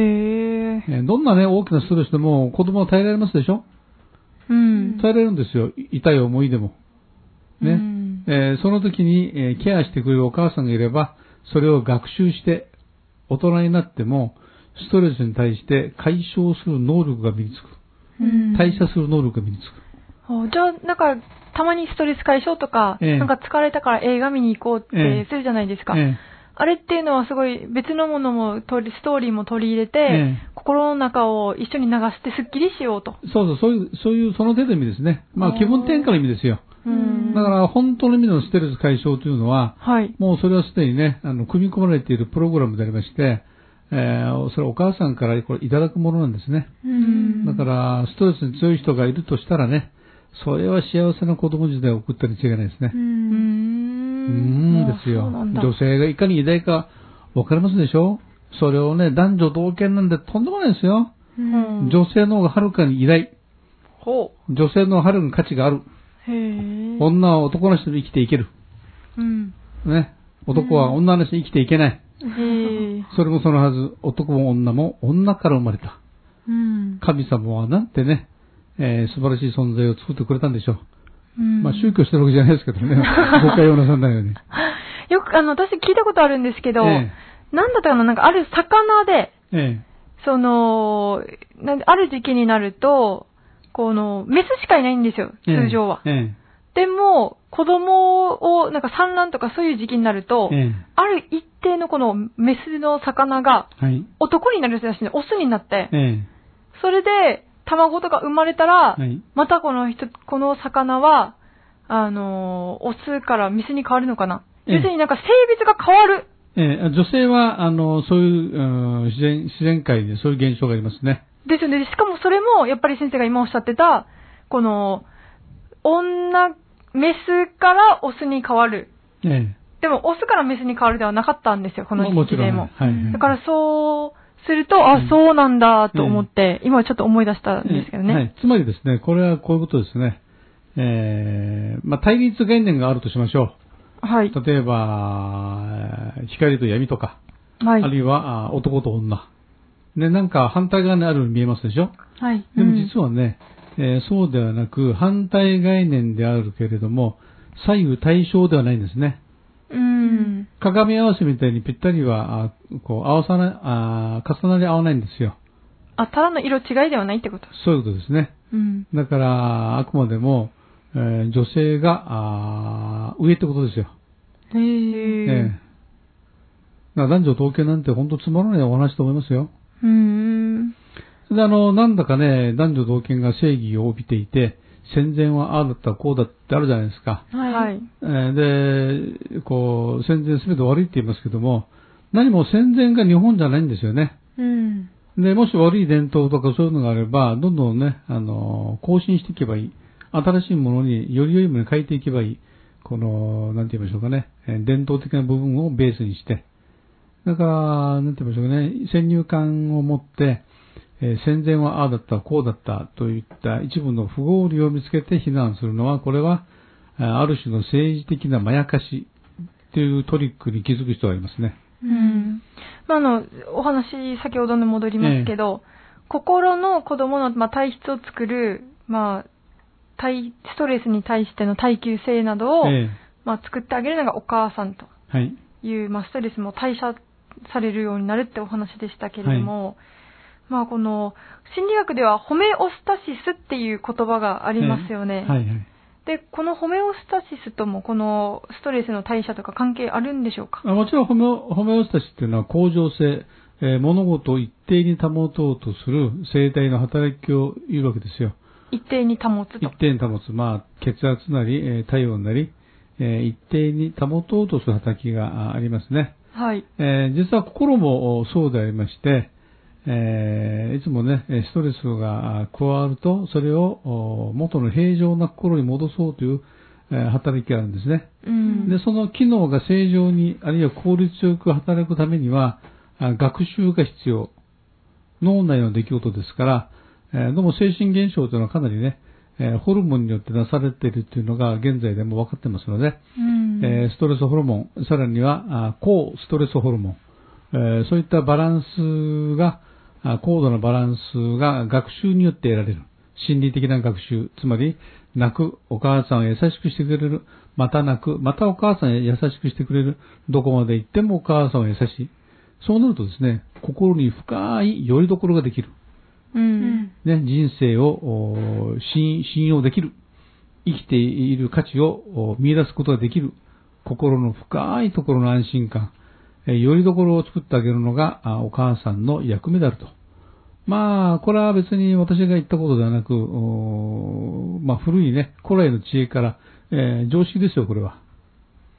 S2: えーどんなね、大きなストレスでも、子供は耐えられますでしょ
S1: うん。
S2: 耐えられるんですよ。い痛い思いでも。ね。
S1: うん
S2: えーその時に、えーケアしてくれるお母さんがいれば、それを学習して、大人になっても、ストレスに対して解消する能力が身につく。
S1: うん
S2: 代謝する能力が身につく。
S1: あじゃあ、なんか、たまにストレス解消とか、
S2: ええ
S1: なんか疲れたから映画見に行こうっ
S2: ええ
S1: てするじゃないですか。
S2: え
S1: あれっていうのはすごい別のものも取り、ストーリーも取り入れて、
S2: ええ
S1: 心の中を一緒に流してスッキリしようと。
S2: えそうそう、そういう、そういう、その程度の意味ですね。まあ、
S1: あー
S2: 気分転換の意味ですよ。
S1: うん
S2: だから、本当の意味でのストレス解消というのは、
S1: はい。
S2: もうそれはすでにね、あの、組み込まれているプログラムでありまして、えーそれはお母さんからこれいただくものなんですね。
S3: うん
S2: だから、ストレスに強い人がいるとしたらね、それは幸せな子供時代を送ったに違いないですね
S1: う
S3: う。
S1: ー。
S3: ん。
S2: うんんですよ。
S1: そうなんだ
S2: 女性がいかに偉大か分かりますでしょそれをね、男女同権なんてとんでもないですよ。
S3: うん。
S1: うん
S2: 女性の方がはるかに偉大。
S1: ほ
S2: 女性の方がはるかに価値がある。
S1: う。へえ。
S2: 女は男の人で生きていける。
S1: うん。
S2: ね。男は女の人で生きていけない。
S1: へえ。
S2: それもそのはず、男も女も女から生まれた。
S3: うん。
S2: 神様はなんてね、えー素晴らしい存在を作ってくれたんでしょう。
S1: うん
S2: まあ宗教してるわけじゃないですけど ね、誤解をなさないように。
S1: よく、あの、私聞いたことあるんですけど、
S2: え
S1: なんだったかな、なんかある魚で、
S2: ええ
S1: その、なんである時期になると、この、メスしかいないんですよ、
S2: え
S1: 通常は。
S2: ええ
S1: でも、子供を、なんか産卵とかそういう時期になると、
S2: ええ
S1: ある一定のこのメスの魚が
S2: えはい。
S1: 男になるらしいんで、オスになって、
S2: え
S1: それで卵とか生まれたら、
S2: はい
S1: またこの人、この魚は、あのー、オスからメスに変わるのかな。
S2: ええ
S1: 要するになんか性別が変わる。
S2: えええ女性は、あの、そういう、うん自然、自然界でそういう現象がありますね。
S1: ですよね。しかもそれも、やっぱり先生が今おっしゃってた、この、女、メスからオスに変わる。
S2: え
S1: でも、オスからメスに変わるではなかったんですよ、
S2: え
S1: この
S2: も
S1: 時
S2: ち
S1: 期
S2: ろ
S1: で
S2: ん。
S1: も。
S2: はい。
S1: だからそうすると、
S2: うん
S1: あ、そうなんだと思って、今ちょっと思い出したんですけど
S2: ええは
S1: ね。
S2: い。つまりですね、これはこういうことですね。ええまあ、対立概念があるとしましょ
S1: は
S2: う
S1: い。。
S2: 例えば、えー光と闇とか、
S1: はい。
S2: あるいは、あ男と女。ね、なんか反対側にあるように見えますでしょ
S3: はい。
S2: でも
S1: うん
S2: 実はね、えーそうではなく、反対概念であるけれども、左右対称ではないんですね。
S1: うん。
S2: 鏡合わせみたいにぴったりは、あこう、合わさない、あ重なり合わないんですよ。
S1: あ、ただの色違いではないってこと。
S2: そういうことですね。
S1: うん。
S2: だから、あくまでも、えー女性が、あー上ってことですよ。
S1: へ
S2: え
S1: え。
S2: えだから男女統計なんて本当つまらないお話と思いますよ。
S1: うーん。
S2: で、あの、なんだかね、男女同権が正義を帯びていて、戦前はああだったこうだってあるじゃないですか。
S1: はい。
S2: えーで、こう、戦前全て悪いって言いますけども、何も戦前が日本じゃないんですよね。
S3: うん。
S2: で、もし悪い伝統とかそういうのがあれば、どんどんね、あの、更新していけばいい。新しいものにより良いものに変えていけばいい。この、なんて言いましょうかね、えー伝統的な部分をベースにして。だから、なんて言いましょうかね、先入観を持って、えー戦前はああだった、こうだったといった一部の不合理を見つけて非難するのは、これは、あある種の政治的なまやかしというトリックに気づく人がいますね。
S1: うん。まあ、あの、お話、先ほどの戻りますけど、心の子供の、まあ、体質を作る、まあ、体、ストレスに対しての耐久性などを、
S2: え
S1: まあ、作ってあげるのがお母さんと
S2: えはい。
S1: いう、まあ、ストレスも代謝されるようになるってお話でしたけれども、まあ、この、心理学ではホメオスタシスっていう言葉がありますよね。
S2: ええはいはい。
S1: で、このホメオスタシスとも、このストレスの代謝とか関係あるんでしょうか
S2: あもちろんホメオホメオスタシスっていうのは恒常性、えー物事を一定に保とうとする生体の働きを言うわけですよ。
S1: 一定に保つと
S2: 一。定に保つ、まあ、血圧なり、えー体温なり、えー一定に保とうとする働きがあありますね。
S1: はい。
S2: えー実は心もおそうでありまして、えーいつもね、えーストレスがあ加わると、それをお元の平常な心に戻そうという、えー働きがあるんですね。
S1: うん。
S2: で、その機能が正常に、あるいは効率よく働くためには、あ学習が必要。脳内の出来事ですから、えーどうも精神現象というのはかなりね、えーホルモンによって出されているというのが現在でも分かってますので、
S1: うん
S2: えーストレスホルモン、さらにはあ抗ストレスホルモン、えーそういったバランスが、あ高度なバランスが学習によって得られる。心理的な学習、つまり、泣く、お母さんを優しくしてくれる、また泣く、またお母さんを優しくしてくれる、どこまで行ってもお母さんを優しい。そうなるとですね、心に深い拠り所ができる。
S1: う。
S3: うんん。
S2: ね、人生をおー信信用できる。生きている価値をお見出すことができる。心の深いところの安心感。えー、よりどころを作ってあげるのがあお母さんの役目であると。まあ、これは別に私が言ったことではなく、おーまあ、古いね、古来の知恵から、えー常識ですよ、これは。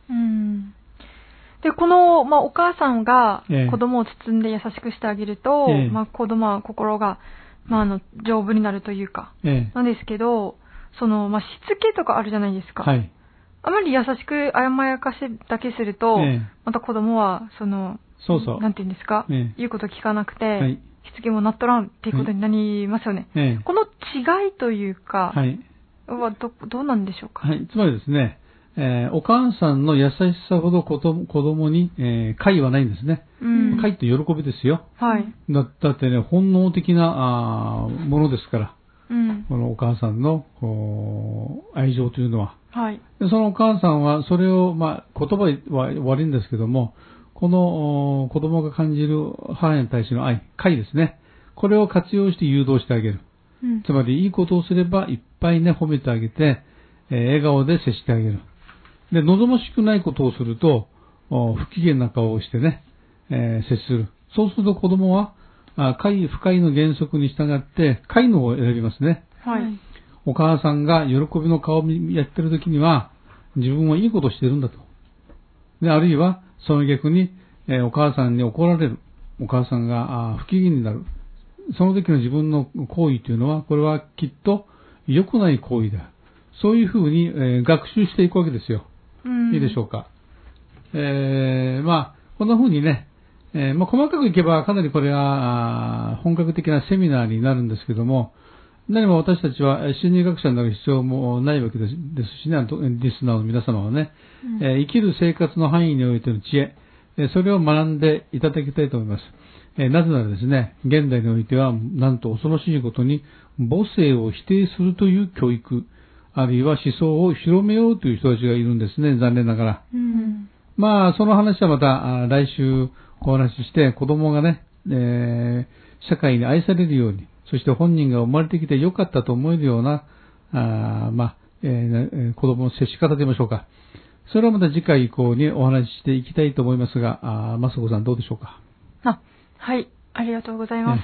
S1: うん。で、この、まあ、お母さんが
S2: ええ
S1: 子供を包んで優しくしてあげると、
S2: ええ
S1: まあ、子供は心が、まあ、あの、丈夫になるというか、
S2: ええ
S1: なんですけど、その、まあ、しつけとかあるじゃないですか。
S2: はい。
S1: あまり優しくあやまやかしだけすると、
S2: ええ
S1: また子供は、その、
S2: そうそう。
S1: なんて言うんですか、
S2: ええ
S1: 言うこと聞かなくて、
S2: はい
S1: しつけもなっとらんっていうことになりますよね。
S2: ええ
S1: この違いというか、
S2: はい。
S1: はど、どうなんでしょうか。
S2: はい、つまりですね、えーお母さんの優しさほど子供子供に、えー、快はないんですね。
S1: うん。
S2: 快って喜びですよ。
S1: はい。
S2: だだってね、本能的なあーものですから、
S1: うん。
S2: このお母さんのこう愛情というのは。
S1: はい。
S2: でそのお母さんはそれを、まあ、言葉は悪いんですけども、このお子供が感じる母に対しての愛、快ですね。これを活用して誘導してあげる。
S3: うん
S2: つまり、いいことをすれば、いっぱいね、褒めてあげて、えー笑顔で接してあげる。で、望ましくないことをすると、お不機嫌な顔をしてね、えー接する。そうすると子供は、あ快、不快の原則に従って、快の方を選びますね。
S1: はい。
S2: お母さんが喜びの顔を見やってる時には、自分はいいことをしてるんだと。で、あるいは、その逆に、えーお母さんに怒られる。お母さんがあー不機嫌になる。その時の自分の行為というのは、これはきっと良くない行為だ。そういうふうに、えー学習していくわけですよ。
S1: うん。
S2: いいでしょうか。えーまあ、こんな風にね、えーまあ、細かくいけばかなりこれは、あー本格的なセミナーになるんですけども、何も私たちはえー心理学者になる必要もないわけですですしね、あとリスナーの皆様はね、えー生きる生活の範囲においての知恵、えーそれを学んでいただきたいと思います。えーなぜならですね、現代においては、なんと恐ろしいことに、母性を否定するという教育、あるいは思想を広めようという人たちがいるんですね、残念ながら。
S3: うん。
S2: まあ、その話はまたあ来週お話しして、子供がね、えー社会に愛されるように、そして本人が生まれてきて良かったと思えるような、あーまあ、えーなえー子供の接し方と言いましょうか。それはまた次回以降にお話ししていきたいと思いますが、あー、マスコさんどうでしょうか。
S1: あ、はい、ありがとうございます。
S2: え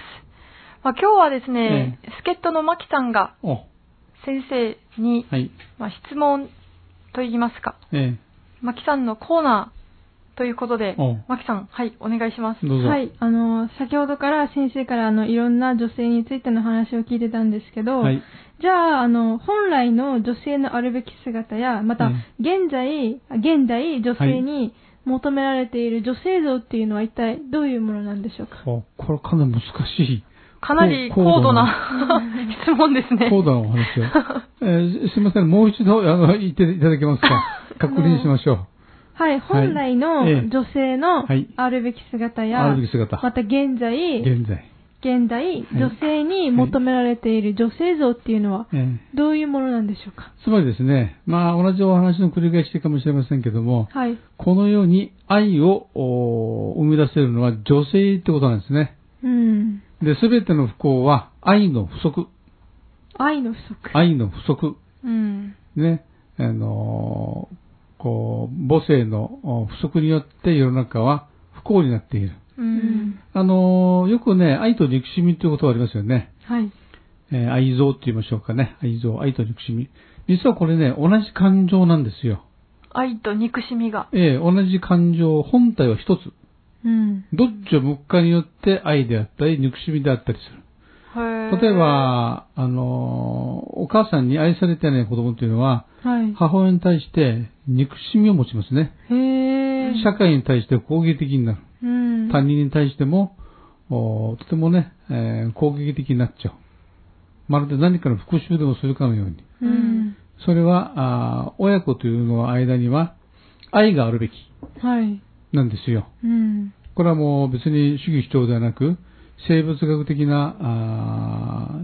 S1: まあ、今日はですね、助っ人のマキさんが
S2: お、
S1: 先生に、
S2: はい。
S1: まあ、質問といいますか、
S2: え
S1: マキさんのコーナーということで
S2: お、
S1: マキさん、はい、お願いします。
S2: どうぞ。
S3: はい、あの、先ほどから先生からあの、いろんな女性についての話を聞いてたんですけど、
S2: はい。
S3: じゃあ、あの、本来の女性のあるべき姿や、また、
S2: う
S3: 現
S2: ん
S3: 在、あ現代女性に求められている女性像っていうのは一体どういうものなんでしょうか、
S2: おこれかなり難しい。
S1: かなり
S2: こう
S1: 高度な 質問ですね。
S2: 高度なお話を。えーすすいません、もう一度、あの、言っていただけますか。確認しましょ
S3: はい、本来の
S2: ええ
S3: 女性の
S2: はい
S3: あるべき姿
S2: う。
S3: や、
S2: あるべき姿。
S3: また現在、
S2: 現在。
S3: 現代、女性に求められている女性像っていうのは、
S2: えー
S3: どういうものなんでしょうか
S2: つまりですね、まあ、同じお話の繰り返しかもしれませんけども、
S3: はい。
S2: このように愛をおー生み出せるのは女性ってことなんですね。
S3: うん。
S2: で、すべての不幸は愛の不足。
S3: 愛の不足。
S2: 愛の不足。
S1: うん。
S2: ね。あのーこう、母性のお不足によって世の中は不幸になっている。
S1: う。。
S3: うん
S2: あのーよくね、愛と憎しみということがありますよね。
S3: はい。
S2: えー愛憎って言いましょうかね。愛憎、愛と憎しみ。実はこれね、同じ感情なんですよ。
S1: 愛と憎しみが。
S2: えー同じ感情、本体は一つ。
S3: うん。
S2: どっちを向くかによって愛であったり、憎しみであったりする。
S1: へー
S2: 例え、ば、あの、お母さんに愛されてない子供というのは、
S3: はい。
S2: 母親に対して憎しみを持ちますね。
S3: へえ。
S2: 社会に対して攻撃的になる。
S3: うん。
S2: 他人に対しても、おとてもね、えー攻撃的になっちゃう。まるで何かの復讐でもするかのように。
S3: うん。
S2: それは、あー親子というのは間には愛があるべき
S3: はい。
S2: なんですよ。
S3: うん。
S2: これはもう別に主義主張ではなく、生物学的な、あー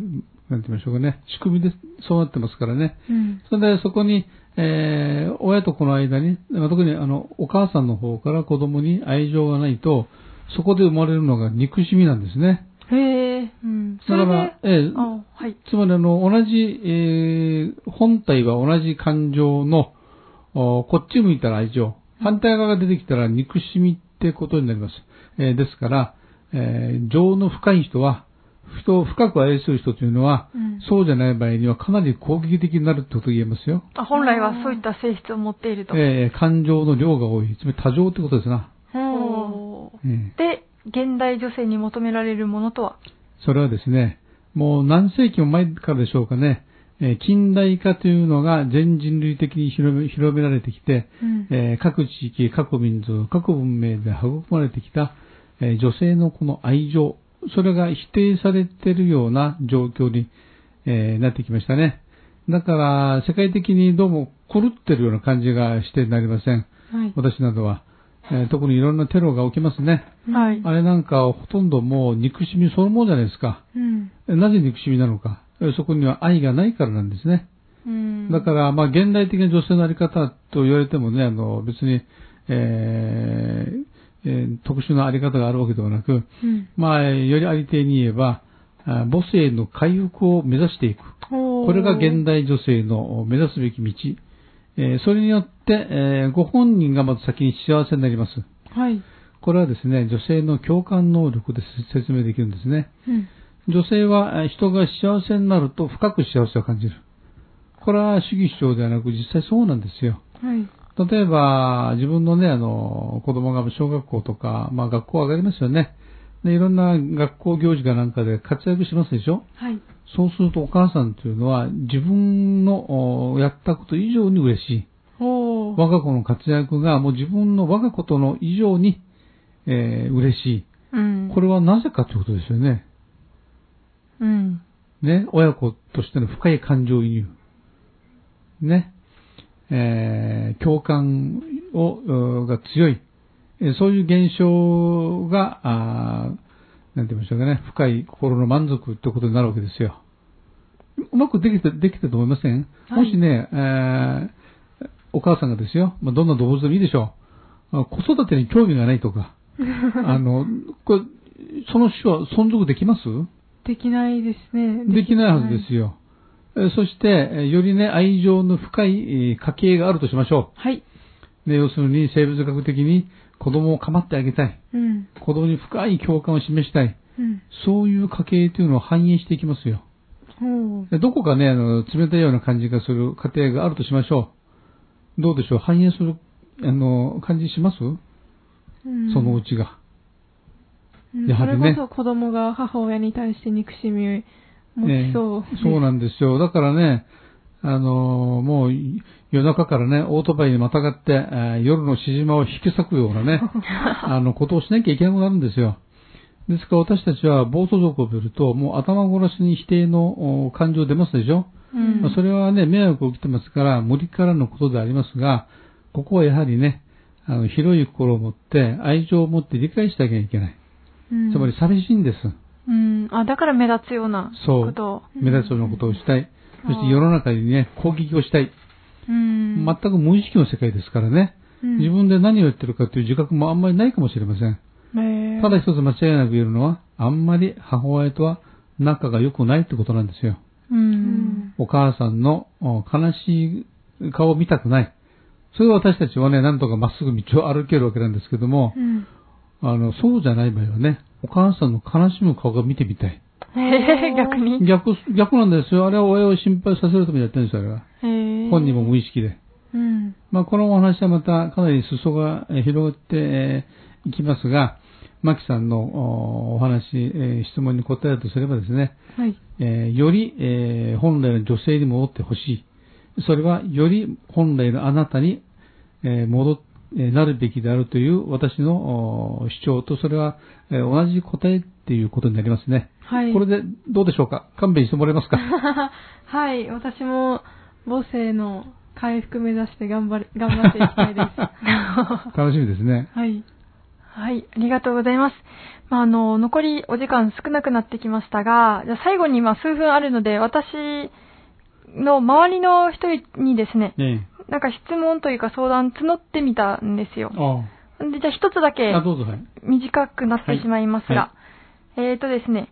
S2: なんて言いましょうかね、仕組みでそうなってますからね。
S3: うん。
S2: それでそこに、えー親と子の間に、まあ特にあの、お母さんの方から子供に愛情がないと、そこで生まれるのが憎しみなんですね。
S3: へえ。
S1: うん。
S2: だから、えー
S1: あ、はい。
S2: つまりあの、同じ、えー本体は同じ感情の、おこっち向いたら愛情、反対側が出てきたら憎しみってことになります。えーですから、えー情の深い人は、人を深く愛する人というのは、
S3: うん
S2: そうじゃない場合にはかなり攻撃的になるってことが言えますよ。
S1: あ本来はそういった性質を持っていると。
S2: えー感情の量が多い。つまり多情ってことですな。
S3: ほう。
S1: おー
S2: えー
S1: で、現代女性に求められるものとは
S2: それはですね、もう何世紀も前からでしょうかね、えー近代化というのが全人類的に広め広められてきて、
S3: うん。
S2: えー各地域、各民族、各文明で育まれてきた、えー女性のこの愛情、それが否定されているような状況に、えーなってきましたね。だから、世界的にどうも狂ってるような感じがしてなりません。
S3: はい。
S2: 私などは。えー特にいろんなテロが起きますね。
S1: はい
S2: あれなんかはほとんどもう憎しみそのものじゃないですか。
S3: うん。
S2: なぜ憎しみなのか。えそこには愛がないからなんですね。
S1: うん。
S2: だから、まあ、現代的な女性のあり方と言われてもね、あの、別に、えーえー特殊なあり方があるわけではなく、
S3: うん。
S2: まあ、よりあり手に言えば、あ母性の回復を目指していく。
S3: ほう。
S2: これが現代女性の目指すべき道。えーそれによって、えーご本人がまず先に幸せになります。
S3: はい。
S2: これはですね、女性の共感能力で説明できるんですね。
S3: うん。
S2: 女性はえー人が幸せになると深く幸せを感じる。これは主義主張ではなく実際そうなんですよ。
S3: はい。
S2: 例えば、自分のね、あの、子供が小学校とか、まあ学校上がりますよね。で、いろんな学校行事かなんかで活躍しますでしょ
S3: はい。
S2: そうするとお母さんというのは自分のおやったこと以上に嬉しい。
S3: ほう。
S2: 我が子の活躍がもう自分の我が子との以上に、えー嬉しい。
S1: うん。
S2: これはなぜかということですよね。
S1: うん。
S2: ね、親子としての深い感情移入。ね、えー共感を、うーが強い。えーそういう現象が、あーなんて言いましょうかね、深い心の満足ってことになるわけですよ。うまくできて、できてると思いません、
S3: は
S2: も
S3: い
S2: しね、えーお母さんがですよ、まあ、どんな動物でもいいでしょう。あ子育てに興味がないと か、あの、これ、その種は存続できます
S3: できないですね。
S2: できないはずですよ。えーそして、えーよりね、愛情の深いえー家系があるとしましょ
S3: はい。
S2: う。ね、要するに生物学的に子供を構ってあげたい。
S3: うん。
S2: 子供に深い共感を示したい。
S3: うん。
S2: そういう家系というのを反映していきますよ。
S3: ほう。
S2: でどこかね、あの、冷たいような感じがする家庭があるとしましょう。どうでしょう反映する、あの、感じします、
S3: うん
S2: そのうちが。
S3: うん
S2: やはりね
S3: それこそ子供が母親に対して憎しみを持
S2: ね
S3: ちそう。
S2: そうなんですよ。だからね、あのもうい夜中からね、オートバイにまたがって、えー夜のしじまを引き裂くような ね、あの、ことをしなきゃいけなくなるんですよ。ですから私たちは暴走族を見ると、もう頭殺しに否定のお感情出ますでしょ、
S3: うん
S2: まあそれはね、迷惑を受けてますから、無理からのことでありますが、ここはやはりね、あの広い心を持って、愛情を持って理解しなきゃいけない。
S3: うん
S2: つまり寂しいんです。
S1: うん。あ、だから目立つような
S2: そう
S1: ことを。
S2: 目立つようなことをしたい。
S1: うん
S2: そして世の中にね、攻撃をしたい。
S3: うん。
S2: 全く無意識の世界ですからね。
S3: うん
S2: 自分で何を言ってるかという自覚もあんまりないかもしれません。
S3: へー
S2: ただ一つ間違いなく言えるのは、あんまり母親とは仲が良くないってことなんですよ。
S1: う。
S3: うんん。
S2: お母さんのお悲しい顔を見たくない。それは私たちはね、なんとかまっすぐ道を歩けるわけなんですけども
S3: う、ん。
S2: あの、そうじゃない場合はね、お母さんの悲しむ顔が見てみたい。
S1: へえ、逆に。
S2: 逆、逆なんですよ。あれは親を心配させるためにやってるんですよ、あれは。
S1: へえ。
S2: 本人も無意識で。
S3: うん。
S2: まあ、このお話はまたかなり裾がえー広がってえーいきますが、マキさんのおお話、えー質問に答えるとすればですね、
S3: はい。
S2: えーより、えー本来の女性に戻ってほしい。それはより本来のあなたに、えー戻っえーなるべきであるという私のお主張と、それは、えー同じ答えっていうことになりますね。
S3: はい。
S2: これでどうでしょうか勘弁してもらえ ますか
S3: はい、私も母性の回復目指して頑張り、頑張っていきたいです。
S2: 楽しみですね。
S3: はい。
S1: はい、ありがとうございます。まあ、あの、残りお時間少なくなってきましたが、じゃあ最後にまあ数分あるので、私の周りの人にですね、
S2: ねえ
S1: なんか質問というか相談募ってみたんですよ。
S2: あ
S1: で、じゃあ一つだけ
S2: ああ、どうぞ、はい。
S1: 短くなってしまいますが、えーとですね、えー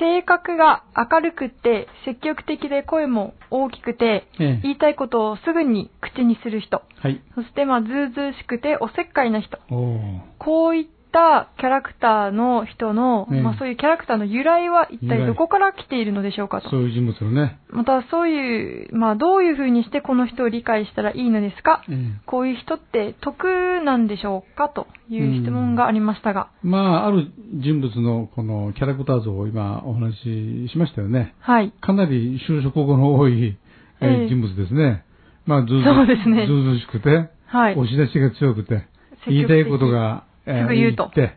S1: 性格が明るくて、積極的で声も大きくて、
S2: え
S1: 言いたいことをすぐに口にする人、
S2: はい。
S1: そしてまあ、ずうずうしくておせっかいな人、
S2: おお。
S1: こういったキャラクターの人の、
S2: ええ
S1: まあ、そういうキャラクターの由来は一
S2: 由来
S1: 体どこから来ているのでしょうかと
S2: そ。ういう人物のね。
S1: またそういう、まあ、どういうふうにしてこの人を理解したらいいのですか
S2: ええ
S1: こういう人って得なんでしょうかという質問がありましたが。
S2: まあ、ある人物のこのキャラクター像を今お話ししましたよね。
S1: はい。
S2: かなり就職後の多い、えー
S1: ええ
S2: 人物ですね。まあ、ずうず
S1: そうですね
S2: ずうずうしくて、
S1: はい。
S2: 押し出しが強くて、
S1: 的
S2: 言いたいことが、
S1: すぐ言う
S2: 言
S1: と
S2: って、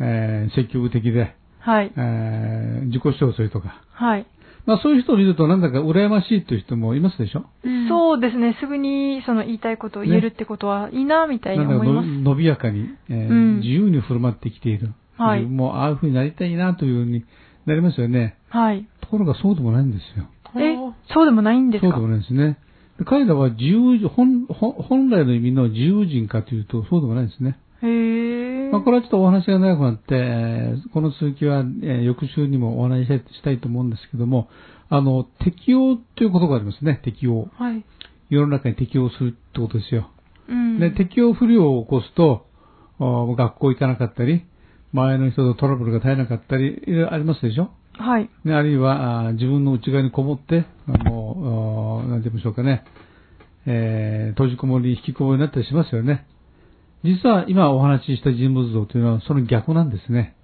S2: えー積極的で、
S1: はい。
S2: えー自己主張するとか。
S1: はい。
S2: まあ、そういう人を見るとなんだか羨ましいという人もいますでしょ
S3: う
S1: そうですね。すぐにその言いたいことを言えるってことはいいな、みたいに
S2: なんだ
S1: 思
S2: か
S1: いま
S2: の
S1: す。
S2: 伸びやかに、えー
S1: うん
S2: 自由に振る舞ってきている。
S1: はい
S2: 自分もああいう風になりたいなというようになりますよね。
S1: はい。
S2: ところがそうでもないんですよ。
S3: ん。
S1: え
S3: おー、
S1: そうでもないんです
S2: そう
S1: か
S2: でもないですね。で彼らは自由、本、本本来の意味の自由人かというと、そうでもないですね。
S1: へえ。
S2: まあ、これはちょっとお話が長くなって、えーこの続きは、えー翌週にもお話ししたいしたいと思うんですけども、あの、適応ということがありますね、適応。
S3: はい。
S2: 世の中に適応するってことですよ。
S3: うん。
S2: で、適応不良を起こすと、お学校行かなかったり、周りの人とトラブルが絶えなかったり、いろいろありますでしょ
S1: はい。
S2: ね、あるいは、あー自分の内側にこもって、あもう、なんて言いましょうかね、えー閉じこもり、引きこもりになったりしますよね。実は今お話しした人物像というのはその逆なんですね。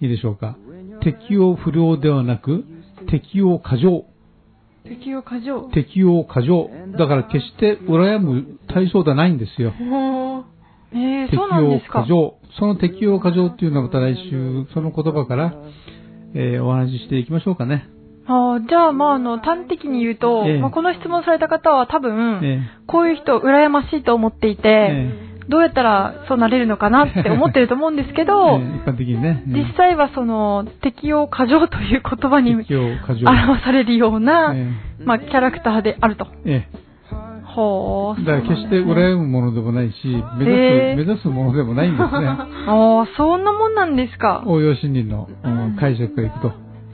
S2: いいでしょうか。適応不良ではなく、適応過剰。
S3: 適応過剰。
S2: 適応過剰。だから決して羨む対象ではないんですよ。
S3: おー
S1: えー、
S2: 適
S1: そうなんで
S2: 用
S1: すか
S2: 過。剰。その適用過剰っていうのはまた来週、その言葉から、えーお話ししていきましょうかね。
S1: あーじゃあ、まあ、あの、端的に言うと、
S2: ええ
S1: まあ、この質問された方は多分、
S2: え
S1: こういう人羨ましいと思っていて、
S2: え
S1: どうやったらそうなれるのかなって思ってると思うんですけ
S2: え
S1: ど、
S2: ー一般的にね。えー
S1: 実際はその、適用過剰という言葉に
S2: 適用過剰。
S1: 表されるような、
S2: え
S1: まあ、キャラクターであると。
S2: ええ
S1: ほ
S2: え
S1: ー。
S2: だから決して羨むものでもないし、目指す、
S1: ええ
S2: 目指すもの でもないんですね。
S1: あーそんなもんなんですか。
S2: 応用心理のうん解釈がいくと。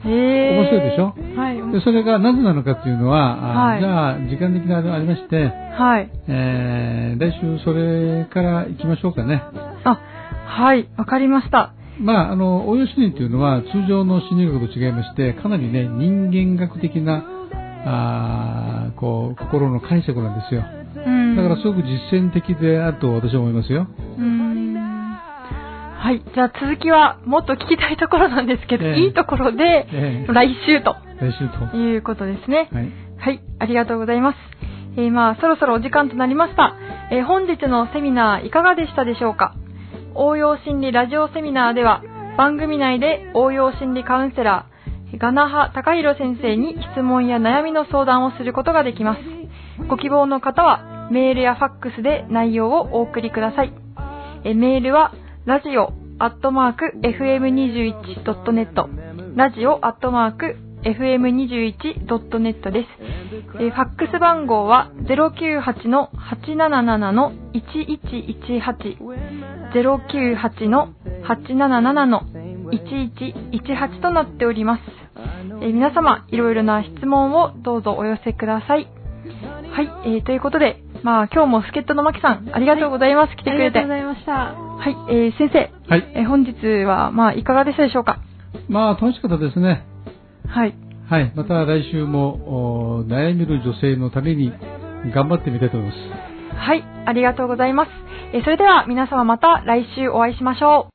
S1: へえ。
S2: 面白いでしょ
S3: はい。
S2: でそれがなぜなのかっていうのは、あ
S1: はい
S2: じゃあ時間的なあれもありまして、
S1: はい。
S2: えー来週それから行きましょうかね。
S1: あ、はい、わかりました。
S2: まあ、あの、応用心理というのは通常の心理学と違いまして、かなりね、人間学的な、あーこう、心の解釈なんですよ。
S1: うん。
S2: だからすごく実践的であると私は思いますよ。
S1: うん。はい、じゃあ続きはもっと聞きたいところなんですけど、
S2: ええ
S1: いいところで、
S2: ええ
S1: 来週
S2: 来週と。
S1: ということですね。
S2: はい。
S1: はい、ありがとうございます。えーまあ、そろそろお時間となりました。えー本日のセミナーいかがでしたでしょうか応用心理ラジオセミナーでは、番組内で応用心理カウンセラー、ガナハ高弘先生に質問や悩みの相談をすることができます。ご希望の方は、メールやファックスで内容をお送りください。えーメールは、ラジオアットマーク FM21.net、ラジオアットマーク FM21.net です。えーファックス番号は098の877の1118、098の877の1118となっております。えー皆様、いろいろな質問をどうぞお寄せください。はい、えーということで、まあ今日も助っ人のマキさん、ありがとうございます。来て
S3: あ
S1: く
S3: り
S1: れ
S3: が
S1: て。
S3: とうご
S1: はい、
S3: ざいました。
S1: えー先生、
S2: はい。
S1: えー本日はまあいかがでしたでしょうか
S2: まあ、楽しかったですね。
S1: はい。
S2: はい。また来週も、お悩める女性のために頑張ってみたいと思います。
S1: はい、ありがとうございます。えーそれでは皆様また来週お会いしましょう。